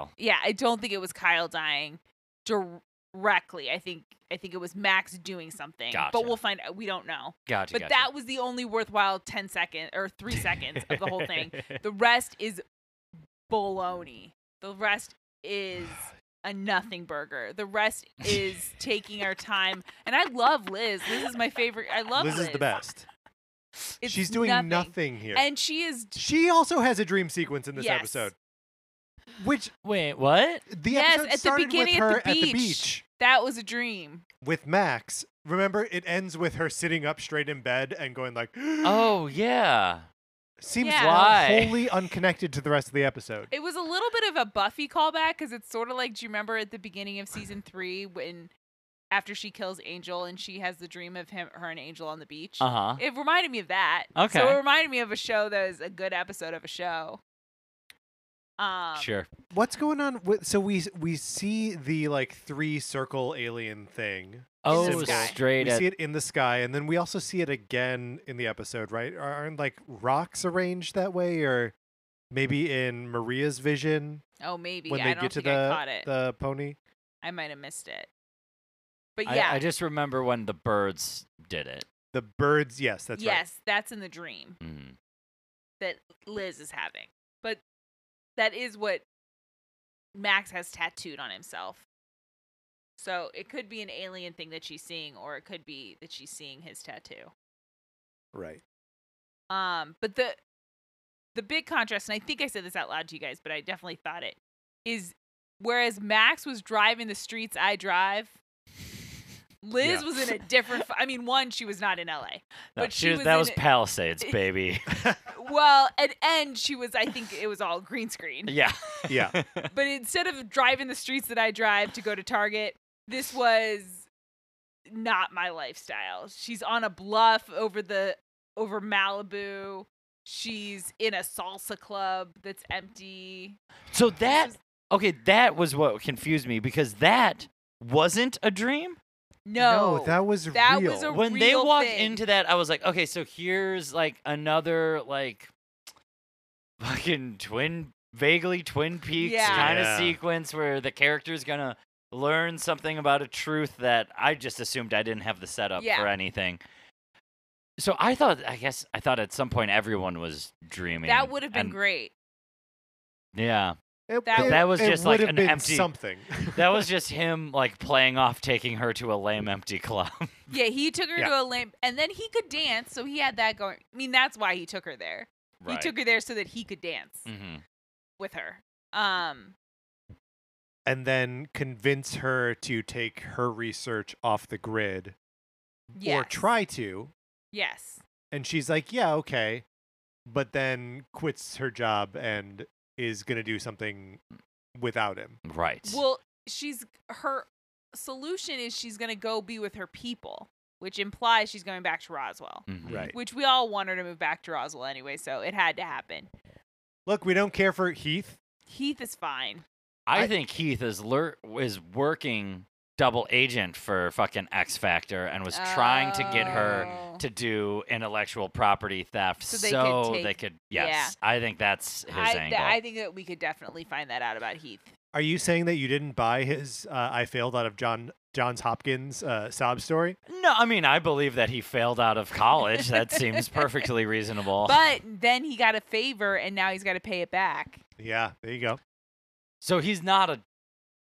Speaker 3: Kyle.
Speaker 1: yeah, I don't think it was Kyle dying directly. I think I think it was Max doing something.
Speaker 3: Gotcha.
Speaker 1: But we'll find out. We don't know.
Speaker 3: Gotcha.
Speaker 1: but
Speaker 3: gotcha.
Speaker 1: that was the only worthwhile 10 second or 3 seconds of the whole thing. The rest is baloney. The rest is a nothing burger. The rest is taking our time. And I love Liz. Liz is my favorite. I love Liz.
Speaker 2: Liz is the best.
Speaker 1: It's
Speaker 2: She's doing nothing, here.
Speaker 1: And she is
Speaker 2: she also has a dream sequence in this
Speaker 1: Yes.
Speaker 2: episode, which
Speaker 3: Wait, what?
Speaker 2: the
Speaker 1: Yes,
Speaker 2: episode
Speaker 1: at the
Speaker 2: started
Speaker 1: beginning
Speaker 2: with
Speaker 1: at the
Speaker 2: her at the
Speaker 1: beach.
Speaker 2: beach.
Speaker 1: that was a dream.
Speaker 2: with Max, remember it ends with her sitting up straight in bed and going like,
Speaker 3: Oh yeah.
Speaker 2: seems
Speaker 1: Yeah.
Speaker 3: Why?
Speaker 2: wholly unconnected to the rest of the episode."
Speaker 1: It was a little bit of a Buffy callback because it's sort of like, do you remember at the beginning of season three when after she kills Angel and she has the dream of him, her and Angel on the beach?
Speaker 3: Uh huh.
Speaker 1: It reminded me of that. So
Speaker 3: Okay.
Speaker 1: it reminded me of a show that was a good episode of a show. Um,
Speaker 3: Sure.
Speaker 2: What's going on with so we we see the like three circle alien thing.
Speaker 1: in the
Speaker 3: Oh,
Speaker 1: sky.
Speaker 3: straight
Speaker 2: we
Speaker 3: at
Speaker 2: see it in the sky and then we also see it again in the episode, right? Are- Aren't like rocks arranged that way or maybe in Maria's vision
Speaker 1: Oh, maybe.
Speaker 2: when
Speaker 1: I
Speaker 2: they
Speaker 1: don't
Speaker 2: get to
Speaker 1: think I caught
Speaker 2: the
Speaker 1: it.
Speaker 2: the pony?
Speaker 1: I might have missed it. But
Speaker 3: I-
Speaker 1: yeah.
Speaker 3: I, just remember when the birds did it.
Speaker 2: The birds, yes, that's
Speaker 1: yes,
Speaker 2: right.
Speaker 1: that's in the dream
Speaker 3: Mhm.
Speaker 1: that Liz is having. But that is what Max has tattooed on himself. So it could be an alien thing that she's seeing, or it could be that she's seeing his tattoo.
Speaker 2: Right.
Speaker 1: Um, but the the big contrast, and I think I said this out loud to you guys, but I definitely thought it is. Whereas Max was driving the streets I drive, Liz
Speaker 2: Yeah.
Speaker 1: was in a different. f- I mean, one, she was not in L.A.
Speaker 3: No,
Speaker 1: But
Speaker 3: she
Speaker 1: she
Speaker 3: was-
Speaker 1: was
Speaker 3: that
Speaker 1: in
Speaker 3: was
Speaker 1: it-
Speaker 3: Palisades, baby.
Speaker 1: Well, at end, she was. I think it was all green screen.
Speaker 3: yeah.
Speaker 2: Yeah.
Speaker 1: But instead of driving the streets that I drive to go to Target, this was not my lifestyle. She's on a bluff over the over Malibu. She's in a salsa club that's empty.
Speaker 3: So
Speaker 1: It's
Speaker 3: that
Speaker 1: just-
Speaker 3: okay, that was what confused me because that wasn't a dream.
Speaker 1: no,
Speaker 2: that was
Speaker 1: that
Speaker 2: real.
Speaker 1: was a-
Speaker 3: When they
Speaker 1: real
Speaker 3: walked
Speaker 1: thing.
Speaker 3: into that, I was like, okay, so here's like another like fucking twin vaguely Twin Peaks
Speaker 1: Yeah.
Speaker 3: kind of
Speaker 2: Yeah.
Speaker 3: sequence where the character's gonna learn something about a truth that I just assumed I didn't have the setup
Speaker 1: Yeah.
Speaker 3: for anything. So I thought, I guess, I thought at some point everyone was dreaming.
Speaker 1: that would have been
Speaker 3: and-
Speaker 1: great.
Speaker 3: Yeah,
Speaker 2: It,
Speaker 1: That
Speaker 2: it-
Speaker 1: But
Speaker 3: that was
Speaker 2: it
Speaker 3: just like
Speaker 2: would've
Speaker 3: an
Speaker 2: been
Speaker 3: empty-
Speaker 2: something.
Speaker 3: that was just him like playing off taking her to a lame empty club.
Speaker 1: Yeah, he took her
Speaker 2: Yeah.
Speaker 1: to a lamp, and then he could dance, so he had that going. I mean, that's why he took her there. He took her there so that he could dance
Speaker 3: hmm
Speaker 1: with her. Um,
Speaker 2: and then convince her to take her research off the grid
Speaker 1: yes.
Speaker 2: or try to.
Speaker 1: Yes.
Speaker 2: And she's like, yeah, okay. But then quits her job and is going to do something without him.
Speaker 3: Right.
Speaker 1: Well, she's her solution is she's gonna go be with her people, which implies she's going back to Roswell,
Speaker 3: Mhm.
Speaker 2: Right.
Speaker 1: which we all want her to move back to Roswell anyway, so it had to happen.
Speaker 2: Look, we don't care for Heath.
Speaker 1: Heath is fine.
Speaker 3: I,
Speaker 2: I-
Speaker 3: think Heath is lur- is working double agent for fucking X Factor and was trying to get her
Speaker 1: Oh.
Speaker 3: to do intellectual property theft
Speaker 1: So
Speaker 3: so
Speaker 1: they
Speaker 3: they,
Speaker 1: could
Speaker 3: could,
Speaker 1: take- yeah.
Speaker 3: yes I think that's his
Speaker 1: I, th-
Speaker 3: angle.
Speaker 1: I think that we could definitely find that out about Heath.
Speaker 2: Are you saying that you didn't buy his uh, "I failed" out of John Johns Hopkins uh, sob story?
Speaker 3: no, I mean I believe that he failed out of college. that seems perfectly reasonable.
Speaker 1: But then he got a favor, and now he's got to pay it back.
Speaker 2: Yeah, there you go.
Speaker 3: so he's not a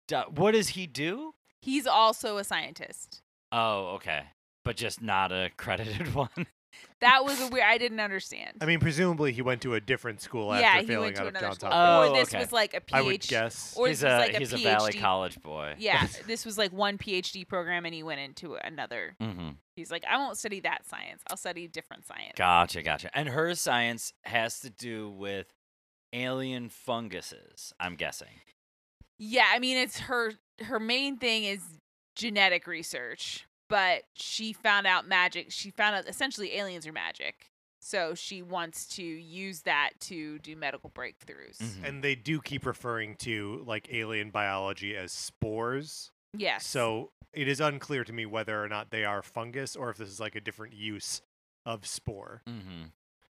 Speaker 3: du- what does he do?
Speaker 1: He's also a scientist.
Speaker 3: Oh, okay. But just not a credited one.
Speaker 1: That was a weird. I didn't understand.
Speaker 2: I mean, presumably he went to a different school
Speaker 1: yeah,
Speaker 2: after
Speaker 1: he
Speaker 2: failing
Speaker 1: went to
Speaker 2: out of
Speaker 1: another
Speaker 2: Johns
Speaker 1: school,
Speaker 2: Hopkins.
Speaker 3: Hopkins.
Speaker 1: or
Speaker 3: Oh,
Speaker 1: this
Speaker 3: okay.
Speaker 1: was like a PhD.
Speaker 2: I would guess.
Speaker 1: Or
Speaker 3: he's
Speaker 1: this
Speaker 3: a
Speaker 1: was like a
Speaker 3: he's a Valley
Speaker 1: PhD.
Speaker 3: College boy.
Speaker 1: Yeah, this was like one PhD program, and he went into another.
Speaker 3: Mm-hmm.
Speaker 1: He's like, I won't study that science. I'll study different science.
Speaker 3: Gotcha, gotcha. And her science has to do with alien funguses, I'm guessing.
Speaker 1: Yeah, I mean, it's her. Her main thing is genetic research, but she found out magic. She found out essentially aliens are magic, so she wants to use that to do medical breakthroughs.
Speaker 3: Mm-hmm.
Speaker 2: And they do keep referring to like alien biology as spores.
Speaker 1: Yes.
Speaker 2: So it is unclear to me whether or not they are fungus or if this is like a different use of spore.
Speaker 3: hmm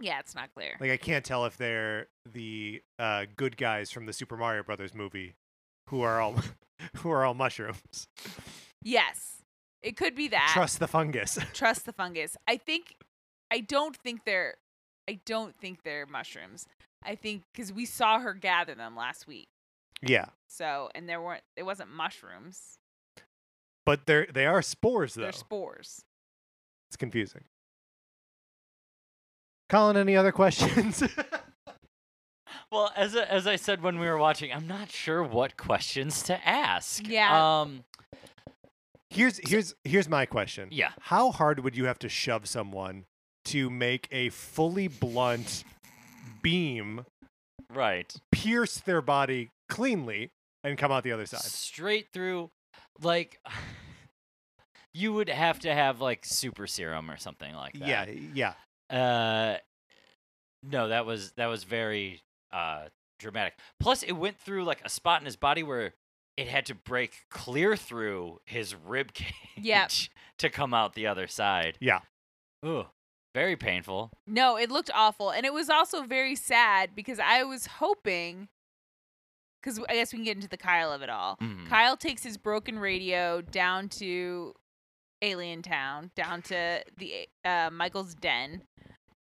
Speaker 1: yeah, it's not clear.
Speaker 2: Like I can't tell if they're the uh, good guys from the Super Mario Brothers movie, who are all who are all mushrooms.
Speaker 1: yes, it could be
Speaker 3: Ah.
Speaker 1: that.
Speaker 2: Trust the fungus.
Speaker 1: trust the fungus. I think I don't think they're I don't think they're mushrooms. I think cuz we saw her gather them last week.
Speaker 2: yeah,
Speaker 1: So, and there weren't it wasn't mushrooms.
Speaker 2: but they're they are spores though.
Speaker 1: They're spores.
Speaker 2: it's confusing. Colin, any other questions?
Speaker 3: Well, as I- as I said when we were watching, I'm not sure what questions to ask.
Speaker 1: Yeah.
Speaker 3: Um.
Speaker 2: here's here's here's my question.
Speaker 3: Yeah.
Speaker 2: How hard would you have to shove someone to make a fully blunt beam
Speaker 3: Right.
Speaker 2: pierce their body cleanly and come out the other side?
Speaker 3: Straight through, like. You would have to have like super serum or something like
Speaker 2: Yeah,
Speaker 3: that.
Speaker 2: yeah.
Speaker 3: Uh, no, that was that was very uh dramatic. Plus, it went through like a spot in his body where it had to break clear through his rib cage
Speaker 1: Yep.
Speaker 3: to come out the other side.
Speaker 2: Yeah.
Speaker 3: Ooh, very painful.
Speaker 1: No, it looked awful and it was also very sad because I was hoping cuz I guess we can get into the Kyle of it all.
Speaker 3: Mhm.
Speaker 1: Kyle takes his broken radio down to Alien Town, down to the uh, Michael's den,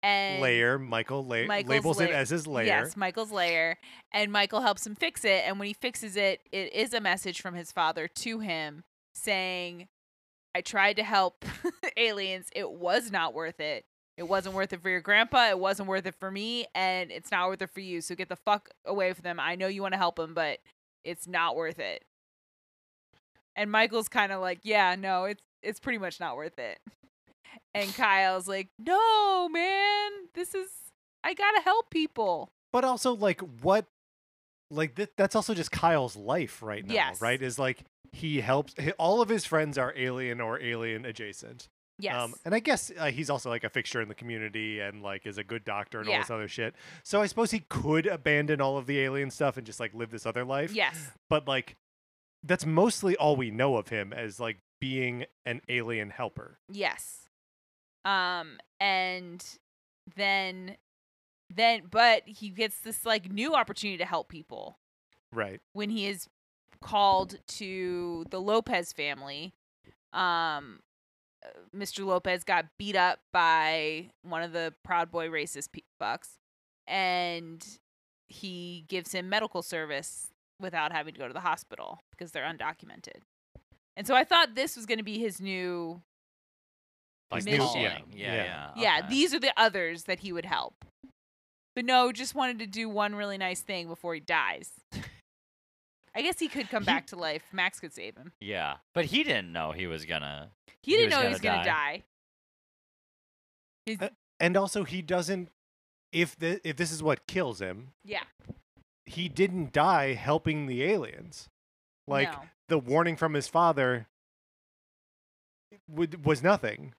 Speaker 1: and
Speaker 2: Layer. Michael la-
Speaker 1: Michael's
Speaker 2: labels it
Speaker 1: lair-
Speaker 2: as his layer.
Speaker 1: Yes, Michael's lair, and Michael helps him fix it. And when he fixes it, it is a message from his father to him saying, "I tried to help aliens. It was not worth it. It wasn't worth it for your grandpa. It wasn't worth it for me, and it's not worth it for you. So get the fuck away from them. I know you want to help him, but it's not worth it." And Michael's kind of like, "Yeah, no, it's it's pretty much not worth it." And Kyle's like, "No, man, this is I gotta help people."
Speaker 2: But also, like, what? Like th- that's also just Kyle's life right now,
Speaker 1: Yes.
Speaker 2: right? Is like he helps. hi- All of his friends are alien or alien adjacent.
Speaker 1: Yes.
Speaker 2: and I guess uh, he's also like a fixture in the community and like is a good doctor and
Speaker 1: Yeah.
Speaker 2: all this other shit. So I suppose he could abandon all of the alien stuff and just like live this other life.
Speaker 1: yes.
Speaker 2: But like that's mostly all we know of him as like being an alien helper.
Speaker 1: Yes. Um, and then Then, but he gets this like new opportunity to help people
Speaker 2: Right.
Speaker 1: when he is called to the Lopez family. Um, uh, Mr. Lopez got beat up by one of the Proud Boy racist pe- bucks, and he gives him medical service without having to go to the hospital because they're undocumented. And so I thought this was going to be his new.
Speaker 3: Like
Speaker 1: Mission.
Speaker 3: calling.
Speaker 2: Yeah.
Speaker 3: Yeah, yeah.
Speaker 2: Yeah.
Speaker 1: Yeah,
Speaker 3: okay.
Speaker 1: these are the others that he would help. But no, just wanted to do one really nice thing before he dies. I guess he could come
Speaker 3: He-
Speaker 1: back to life. Max could save him.
Speaker 3: Yeah. But he didn't know he was gonna
Speaker 1: He
Speaker 3: He
Speaker 1: didn't
Speaker 3: was
Speaker 1: know he
Speaker 3: gonna
Speaker 1: was going to
Speaker 3: die.
Speaker 1: die. His,
Speaker 2: Uh, And also, he doesn't. If the if this is what kills him,
Speaker 1: yeah.
Speaker 2: he didn't die helping the aliens. Like
Speaker 1: no.
Speaker 2: the warning from his father. Would, was nothing.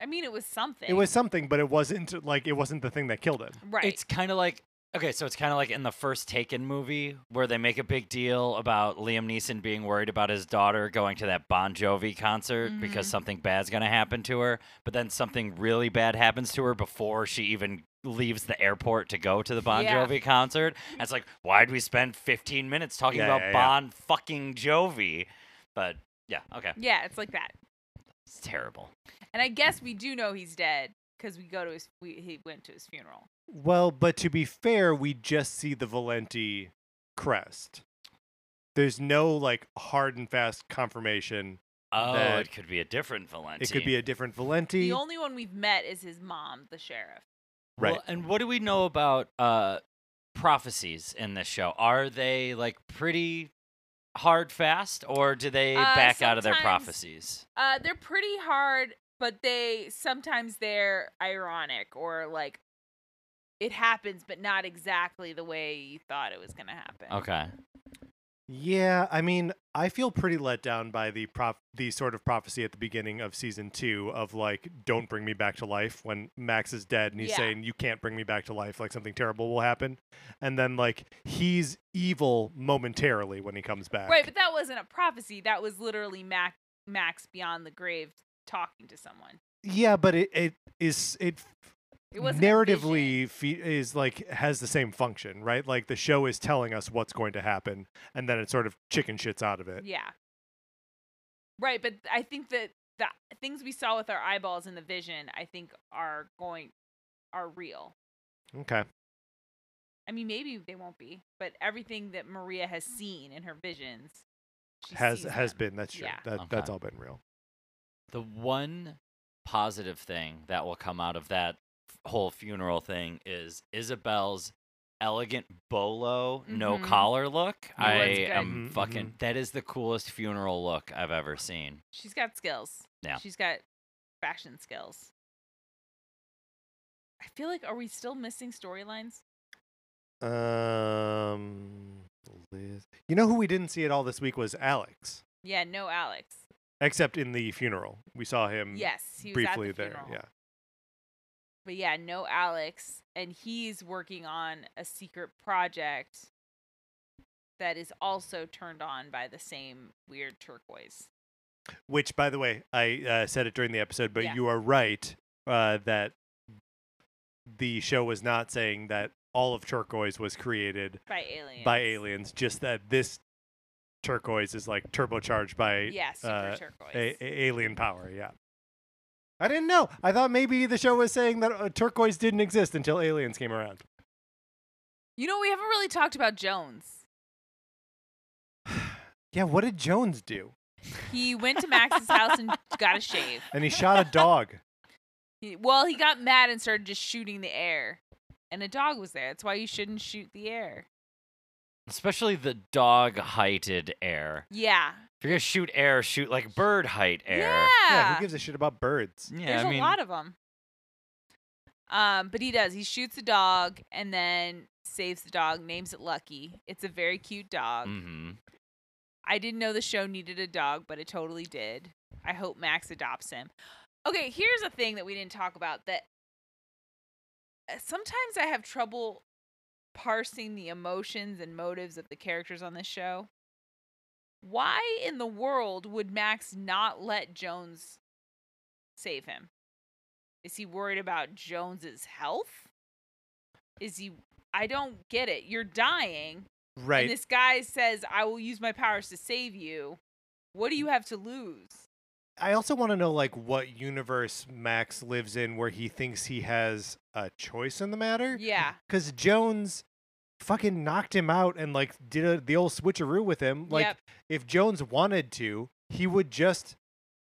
Speaker 1: I mean, it was something.
Speaker 2: It was something, but it wasn't like it wasn't the thing that killed him.
Speaker 1: right.
Speaker 3: It's kind of like okay, so it's kind of like in the first Taken movie where they make a big deal about Liam Neeson being worried about his daughter going to that Bon Jovi concert because
Speaker 1: Mhm.
Speaker 3: something bad's gonna happen to her, but then something really bad happens to her before she even leaves the airport to go to the Bon
Speaker 1: Yeah.
Speaker 3: Jovi concert. And it's like, why'd we spend 15 minutes talking
Speaker 2: Yeah,
Speaker 3: about
Speaker 2: yeah, yeah.
Speaker 3: Bon fucking Jovi? But yeah, okay,
Speaker 1: yeah, it's like that.
Speaker 3: it's terrible.
Speaker 1: And I guess we do know he's dead because we go to his. We, he went to his funeral.
Speaker 2: Well, but to be fair, we just see the Valenti crest. There's no like hard and fast confirmation.
Speaker 3: Oh,
Speaker 2: That-
Speaker 3: it could be a different Valenti.
Speaker 2: It could be a different Valenti.
Speaker 1: The only one we've met is his mom, the sheriff.
Speaker 2: Right.
Speaker 3: Well, and what do we know about uh, prophecies in this show? Are they like pretty hard fast, or do they
Speaker 1: Uh,
Speaker 3: back out of their
Speaker 1: sometimes-
Speaker 3: prophecies?
Speaker 1: Uh, they're pretty hard, but they sometimes they're ironic or like it happens, but not exactly the way you thought it was gonna happen.
Speaker 3: Okay.
Speaker 2: yeah, I mean, I feel pretty let down by the prop the sort of prophecy at the beginning of season 2 of like don't bring me back to life when Max is dead and he's
Speaker 1: Yeah.
Speaker 2: saying you can't bring me back to life like something terrible will happen. And then like he's evil momentarily when he comes back.
Speaker 1: Right, but that wasn't a prophecy. That was literally Mac, Max beyond the grave talking to someone.
Speaker 2: yeah, but it, it is it
Speaker 1: It wasn't a vision.
Speaker 2: narratively fe- is like has the same function, right? Like the show is telling us what's going to happen, and then it sort of chicken shits out of it.
Speaker 1: Yeah. Right, but I think that the things we saw with our eyeballs in the vision, I think are going are real.
Speaker 2: Okay,
Speaker 1: I mean, maybe they won't be, but everything that Maria has seen in her visions she
Speaker 2: has
Speaker 1: sees
Speaker 2: has
Speaker 1: them.
Speaker 2: been that's true.
Speaker 1: Yeah.
Speaker 2: That
Speaker 3: Okay.
Speaker 2: that's all been real.
Speaker 3: The one positive thing that will come out of that f- whole funeral thing is Isabel's elegant bolo, no
Speaker 1: Mhm.
Speaker 3: collar look.
Speaker 1: Oh,
Speaker 3: I
Speaker 1: that's good.
Speaker 3: am
Speaker 2: Mhm,
Speaker 3: fucking. that is the coolest funeral look I've ever seen.
Speaker 1: She's got skills.
Speaker 3: Yeah.
Speaker 1: She's got fashion skills. I feel like are we still missing storylines?
Speaker 2: Um, Liz. you know who we didn't see at all this week was Alex,
Speaker 1: Yeah, no Alex.
Speaker 2: except in the funeral. We saw him
Speaker 1: Yes, he was
Speaker 2: Mm, briefly
Speaker 1: at the
Speaker 2: there.
Speaker 1: funeral.
Speaker 2: Yeah,
Speaker 1: But yeah, no Alex, and he's working on a secret project that is also turned on by the same weird turquoise.
Speaker 2: which by the way, I uh, said it during the episode, but
Speaker 1: Yeah.
Speaker 2: you are right uh, that the show was not saying that all of turquoise was created
Speaker 1: By aliens.
Speaker 2: by aliens. Just that this turquoise is like turbocharged by
Speaker 1: Yeah, super
Speaker 2: uh,
Speaker 1: turquoise.
Speaker 2: a- a- alien power. Yeah. I didn't know. I thought maybe the show was saying that uh, turquoise didn't exist until aliens came around.
Speaker 1: you know, we haven't really talked about Jones.
Speaker 2: Yeah, what did Jones do?
Speaker 1: He went to Max's house and got a shave.
Speaker 2: And he shot a dog.
Speaker 1: He, well, he got mad and started just shooting the air. And a dog was there. That's why you shouldn't shoot the air.
Speaker 3: Especially the dog-heighted air.
Speaker 1: Yeah.
Speaker 3: If you're gonna shoot air, shoot like bird height air.
Speaker 1: Yeah.
Speaker 2: yeah, who gives a shit about birds?
Speaker 3: Yeah,
Speaker 1: There's
Speaker 3: I mean,
Speaker 1: a lot of them. Um, but he does. He shoots a dog and then saves the dog, names it Lucky. It's a very cute dog.
Speaker 3: hmm
Speaker 1: I didn't know the show needed a dog, but it totally did. I hope Max adopts him. Okay, here's a thing that we didn't talk about that uh, sometimes I have trouble parsing the emotions and motives of the characters on this show. Why in the world would Max not let Jones save him? Is he worried about Jones's health? Is he? I don't get it. You're dying,
Speaker 2: Right.
Speaker 1: and this guy says, "I will use my powers to save you." What do you have to lose?
Speaker 2: I also want to know like what universe Max lives in where he thinks he has a choice in the matter.
Speaker 1: Yeah,
Speaker 2: Because Jones fucking knocked him out and like did a, the old switcheroo with him. Like
Speaker 1: Yep.
Speaker 2: if Jones wanted to, he would just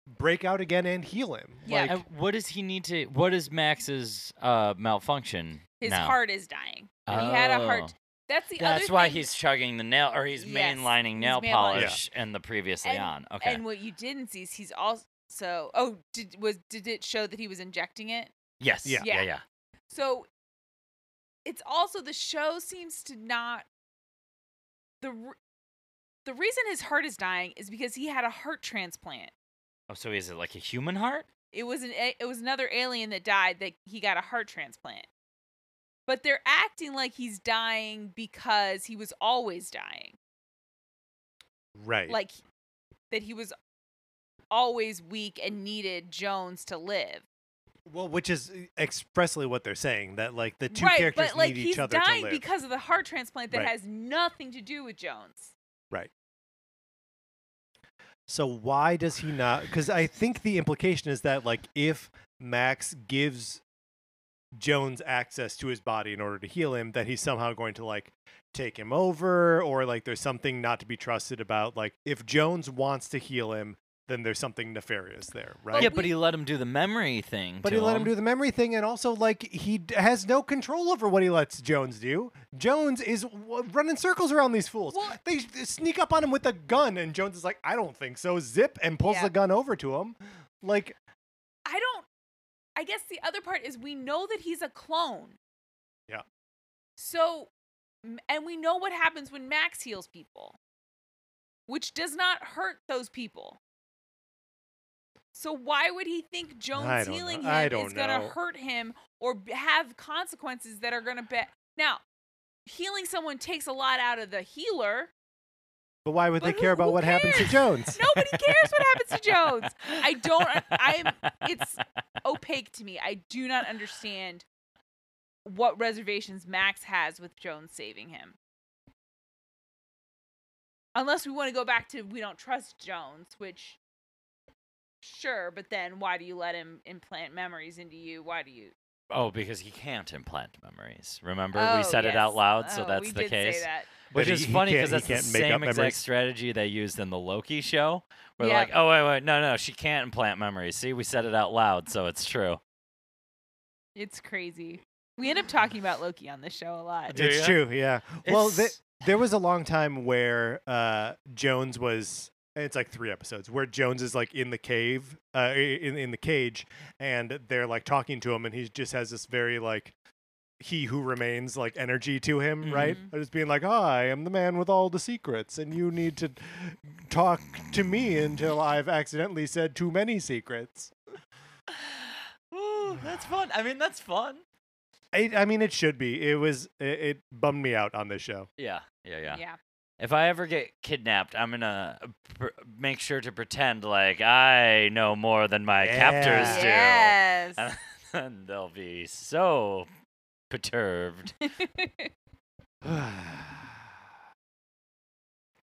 Speaker 2: break out again and heal him.
Speaker 1: Yeah.
Speaker 2: Like,
Speaker 3: Uh, what does he need to? What is Max's uh, malfunction?
Speaker 1: his
Speaker 3: now?
Speaker 1: heart is dying. He had a
Speaker 3: Oh.
Speaker 1: heart. That's the other.
Speaker 3: That's why
Speaker 1: thing-
Speaker 3: he's chugging the nail, or he's
Speaker 1: Yes,
Speaker 3: mainlining
Speaker 1: he's
Speaker 3: nail
Speaker 1: mainlining.
Speaker 3: polish and the previously
Speaker 1: And-
Speaker 3: on. Okay.
Speaker 1: And what you didn't see is he's also. Oh, did was did it show that he was injecting it?
Speaker 3: yes.
Speaker 2: Yeah.
Speaker 3: Yeah.
Speaker 1: Yeah.
Speaker 3: Yeah.
Speaker 1: So it's also the show seems to not the r- the reason his heart is dying is because he had a heart transplant.
Speaker 3: Oh, so is it like a human heart?
Speaker 1: It was an a- it was another alien that died that he got a heart transplant. But they're acting like he's dying because he was always dying.
Speaker 2: right.
Speaker 1: Like that he was always weak and needed Jones to live.
Speaker 2: well, which is eh, expressly what they're saying that like the two
Speaker 1: right,
Speaker 2: characters
Speaker 1: but like
Speaker 2: need
Speaker 1: he's
Speaker 2: each other
Speaker 1: dying
Speaker 2: to live.
Speaker 1: because of the heart transplant that
Speaker 2: Right.
Speaker 1: has nothing to do with Jones.
Speaker 2: So why does he not? Because I think the implication is that like if Max gives Jones access to his body in order to heal him, that he's somehow going to like take him over, or like there's something not to be trusted about. Like if Jones wants to heal him, then there's something nefarious there, right?
Speaker 3: yeah,
Speaker 1: we-
Speaker 3: but he let him do the memory thing.
Speaker 2: But
Speaker 3: to
Speaker 2: he let him do the memory thing, and also like he d- has no control over what he lets Jones do. Jones is w- running circles around these fools.
Speaker 1: Well-
Speaker 2: they s- sneak up on him with a gun, and Jones is like, "I don't think so." Zip and pulls
Speaker 1: Yeah.
Speaker 2: the gun over to him. Like,
Speaker 1: I don't. I guess the other part is we know that he's a clone.
Speaker 2: Yeah.
Speaker 1: So, m- and we know what happens when Max heals people, which does not hurt those people. So why would he think
Speaker 2: I
Speaker 1: Jones
Speaker 2: don't
Speaker 1: healing
Speaker 2: know. I
Speaker 1: him
Speaker 2: don't
Speaker 1: is going to
Speaker 2: know.
Speaker 1: hurt him or b- have consequences that are going to be? Now, healing someone takes a lot out of the healer.
Speaker 2: but why would they
Speaker 1: But
Speaker 2: care
Speaker 1: who-
Speaker 2: about
Speaker 1: who
Speaker 2: what happens to
Speaker 1: cares?
Speaker 2: Jones?
Speaker 1: Nobody cares what happens to Jones. I don't. I'm. It's opaque to me. I do not understand what reservations Max has with Jones saving him. Unless we want to go back to we don't trust Jones, which sure, but then why do you let him implant memories into you? Why do you?
Speaker 3: Oh, because he can't implant memories. Remember,
Speaker 1: Oh,
Speaker 3: we said it out
Speaker 1: yes.
Speaker 3: loud, so
Speaker 1: Oh,
Speaker 3: that's
Speaker 1: we
Speaker 3: the
Speaker 1: did
Speaker 3: case.
Speaker 1: Say that.
Speaker 3: Which
Speaker 2: That
Speaker 3: is
Speaker 2: he- he
Speaker 3: funny
Speaker 2: can't-
Speaker 3: because
Speaker 2: he
Speaker 3: that's the
Speaker 2: can't make up
Speaker 3: same exact
Speaker 2: memories.
Speaker 3: strategy they used in the Loki show. Where
Speaker 1: Yeah.
Speaker 3: like, oh wait, wait, no, no, she can't implant memories. See, we said it out loud, so it's true.
Speaker 1: It's crazy. We end up talking about Loki on this show a lot.
Speaker 3: Do
Speaker 2: It's
Speaker 3: ya?
Speaker 2: true, yeah. Well, the-
Speaker 3: It's-
Speaker 2: there was a long time where uh, Jones was. It's like three episodes where Jones is like in the cave, uh, in in the cage, and they're like talking to him, and he just has this very like he who remains like energy to him, right?
Speaker 1: Mhm.
Speaker 2: Of Just being like, oh, I am the man with all the secrets, and you need to talk to me until I've accidentally said too many secrets.
Speaker 3: Ooh, that's fun. I mean, that's fun.
Speaker 2: I, I mean, it should be. It was. It, it bummed me out on this show.
Speaker 3: Yeah, yeah, yeah.
Speaker 1: yeah.
Speaker 3: If I ever get kidnapped, I'm gonna pr- make sure to pretend like I know more than my captors do.
Speaker 1: Yes.
Speaker 3: and they'll be so perturbed.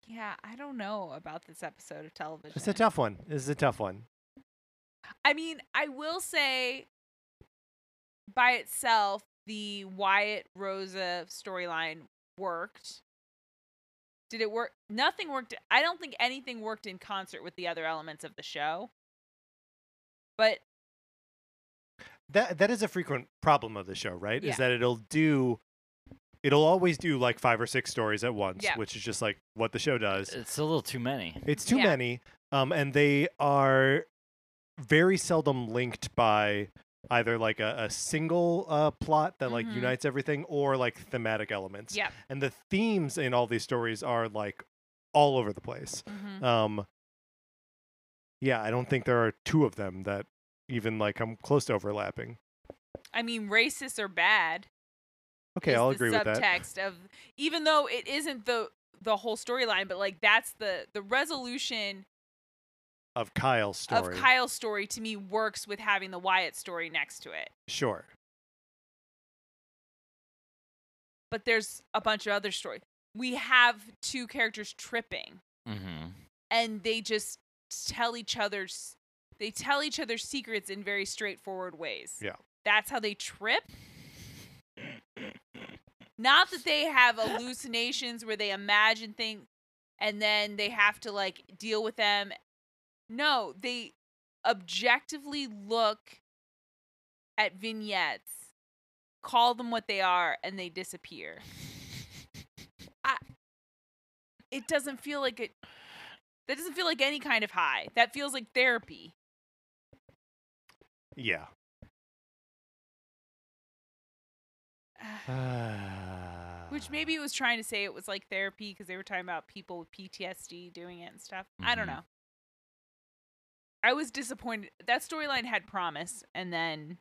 Speaker 1: yeah, I don't know about this episode of television.
Speaker 2: It's a tough one. This is a tough one.
Speaker 1: I mean, I will say by itself, the Wyatt Rosa storyline worked. Did it work? Nothing worked. I don't think anything worked in concert with the other elements of the show. But
Speaker 2: that that is a frequent problem of the show, right?
Speaker 1: Yeah.
Speaker 2: Is that it'll do it'll always do like five or six stories at once,
Speaker 1: Yeah. Uh,
Speaker 2: which is just like what the show does.
Speaker 3: It's a little too many.
Speaker 2: It's too
Speaker 1: Yeah.
Speaker 2: many. Um and they are very seldom linked by either like a, a single uh, plot that like
Speaker 1: Mhm.
Speaker 2: unites everything or like thematic elements.
Speaker 1: Yep.
Speaker 2: And the themes in all these stories are like all over the place.
Speaker 1: mm-hmm.
Speaker 2: Um yeah, I don't think there are two of them that even like come close to overlapping.
Speaker 1: I mean, racists are bad.
Speaker 2: Okay,
Speaker 1: is
Speaker 2: I'll
Speaker 1: the
Speaker 2: agree with
Speaker 1: subtext
Speaker 2: that.
Speaker 1: of even though it isn't the the whole storyline, but like that's the the resolution
Speaker 2: of Kyle's story.
Speaker 1: of Kyle's story to me works with having the Wyatt story next to it.
Speaker 2: Sure.
Speaker 1: but there's a bunch of other stories. We have two characters tripping
Speaker 3: Mm-hmm.
Speaker 1: and they just tell each other's they tell each other secrets in very straightforward ways.
Speaker 2: Yeah.
Speaker 1: That's how they trip. Not that they have hallucinations where they imagine things and then they have to like deal with them. No, they objectively look at vignettes, call them what they are, and they disappear. I, it doesn't feel like it. That doesn't feel like any kind of high. That feels like therapy.
Speaker 2: Yeah.
Speaker 1: Which maybe it was trying to say it was like therapy because they were talking about people with PTSD doing it and stuff. I don't
Speaker 3: Mhm.
Speaker 1: know. I was disappointed. That storyline had promise, and then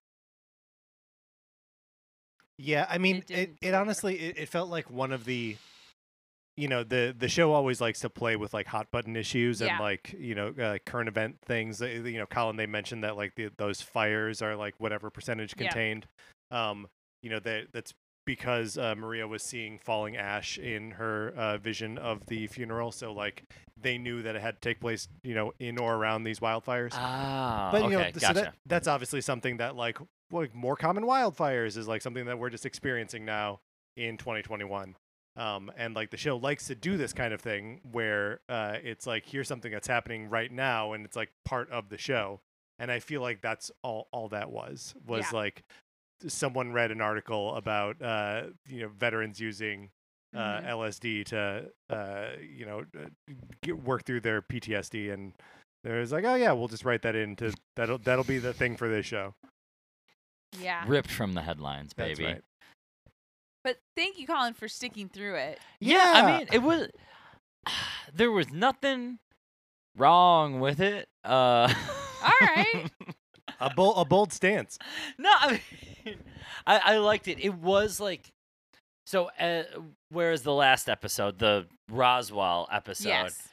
Speaker 2: Yeah, I mean,
Speaker 1: It
Speaker 2: it,
Speaker 1: didn't
Speaker 2: it,
Speaker 1: deliver.
Speaker 2: honestly it, it felt like one of the, you know, the the show always likes to play with like hot button issues
Speaker 1: Yeah.
Speaker 2: and like you know uh, current event things. They- You know, Colin they mentioned that like the, those fires are like whatever percentage
Speaker 1: Yeah.
Speaker 2: contained. Um, you know that that's because uh, Maria was seeing falling ash in her uh, vision of the funeral, so like they knew that it had to take place, you know, in or around these wildfires.
Speaker 3: Ah,
Speaker 2: But
Speaker 3: okay,
Speaker 2: you know, th- so
Speaker 3: gotcha.
Speaker 2: that, that's obviously something that like like more common wildfires is like something that we're just experiencing now in 2021. Um, and like the show likes to do this kind of thing where uh, it's like here's something that's happening right now, and it's like part of the show. And I feel like that's all all that was was
Speaker 1: Yeah.
Speaker 2: like someone read an article about uh, you know veterans using uh,
Speaker 1: Mhm.
Speaker 2: LSD to uh, you know uh, get, work through their PTSD, and they was like, oh yeah, we'll just write that into that'll that'll be the thing for this show.
Speaker 1: yeah.
Speaker 3: Ripped from the headlines,
Speaker 2: That's
Speaker 3: baby.
Speaker 2: right.
Speaker 1: But thank you, Colin, for sticking through it.
Speaker 3: Yeah, I mean, it was. There was nothing wrong with it. Uh,
Speaker 1: All right.
Speaker 2: a bold a bold stance.
Speaker 3: no, I mean, I, I liked it. It was like, so uh, whereas the last episode, the Roswell episode,
Speaker 1: yes.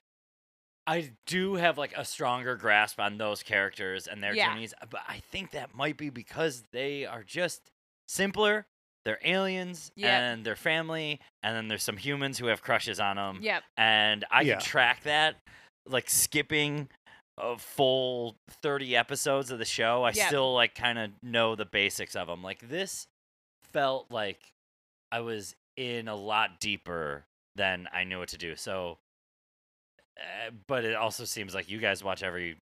Speaker 3: I do have like a stronger grasp on those characters and their
Speaker 1: Yeah.
Speaker 3: journeys, but I think that might be because they are just simpler. They're aliens
Speaker 1: Yep.
Speaker 3: and their family, and then there's some humans who have crushes on them
Speaker 1: Yep.
Speaker 3: and I
Speaker 2: Yeah.
Speaker 3: can track that, like skipping a full thirty episodes of the show. I
Speaker 1: Yep.
Speaker 3: still like kind of know the basics of them. Like this felt like I was in a lot deeper than I knew what to do. So, uh, but it also seems like you guys watch every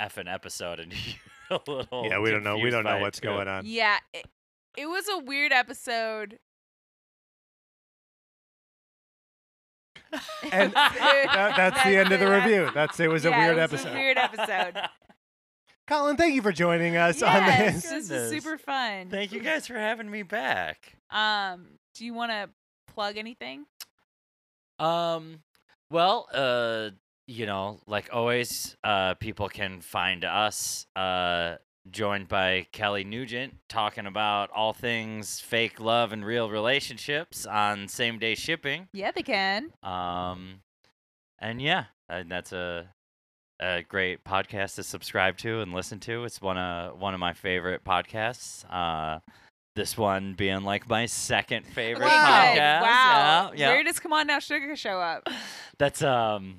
Speaker 3: effing episode and you're a little
Speaker 2: yeah, we don't know. We don't know what's going on.
Speaker 1: Yeah. It, it was a weird episode.
Speaker 2: And That, that's the end of the
Speaker 1: That's-
Speaker 2: review. That's it was a
Speaker 1: Yeah,
Speaker 2: weird
Speaker 1: it was a
Speaker 2: episode.
Speaker 1: weird episode.
Speaker 2: Colin, thank you for joining us on
Speaker 1: yes,
Speaker 2: this.
Speaker 1: this
Speaker 3: Goodness.
Speaker 1: was super fun.
Speaker 3: Thank you guys for having me back.
Speaker 1: Um, do you want to plug anything?
Speaker 3: Um, well, uh, you know, like always, uh, people can find us, uh, joined by Kelly Nugent, talking about all things fake love and real relationships on same day shipping.
Speaker 1: Yeah, they can.
Speaker 3: Um, and yeah, uh, that's a a great podcast to subscribe to and listen to. It's one of one of my favorite podcasts. Uh, this one being like my second favorite
Speaker 1: Wow.
Speaker 3: podcast.
Speaker 1: Wow.
Speaker 3: Yeah, yeah.
Speaker 1: Where does Come On Now Sugar show up?
Speaker 3: That's um.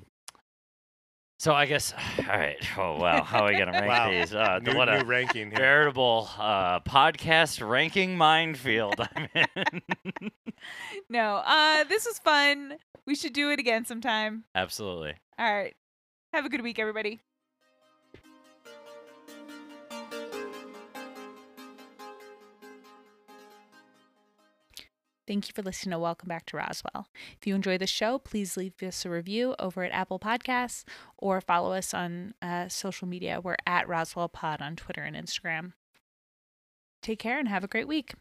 Speaker 3: So I guess all right. Oh wow, how are we gonna rank
Speaker 2: Wow.
Speaker 3: these? Uh,
Speaker 2: New,
Speaker 3: what
Speaker 2: new
Speaker 3: a
Speaker 2: ranking here.
Speaker 3: veritable uh, podcast ranking minefield I'm in.
Speaker 1: No. Uh, this was fun. We should do it again sometime.
Speaker 3: Absolutely.
Speaker 1: All right. Have a good week, everybody.
Speaker 6: Thank you for listening to Welcome Back to Roswell. If you enjoy the show, please leave us a review over at Apple Podcasts or follow us on uh, social media. We're at Roswell Pod on Twitter and Instagram. Take care and have a great week.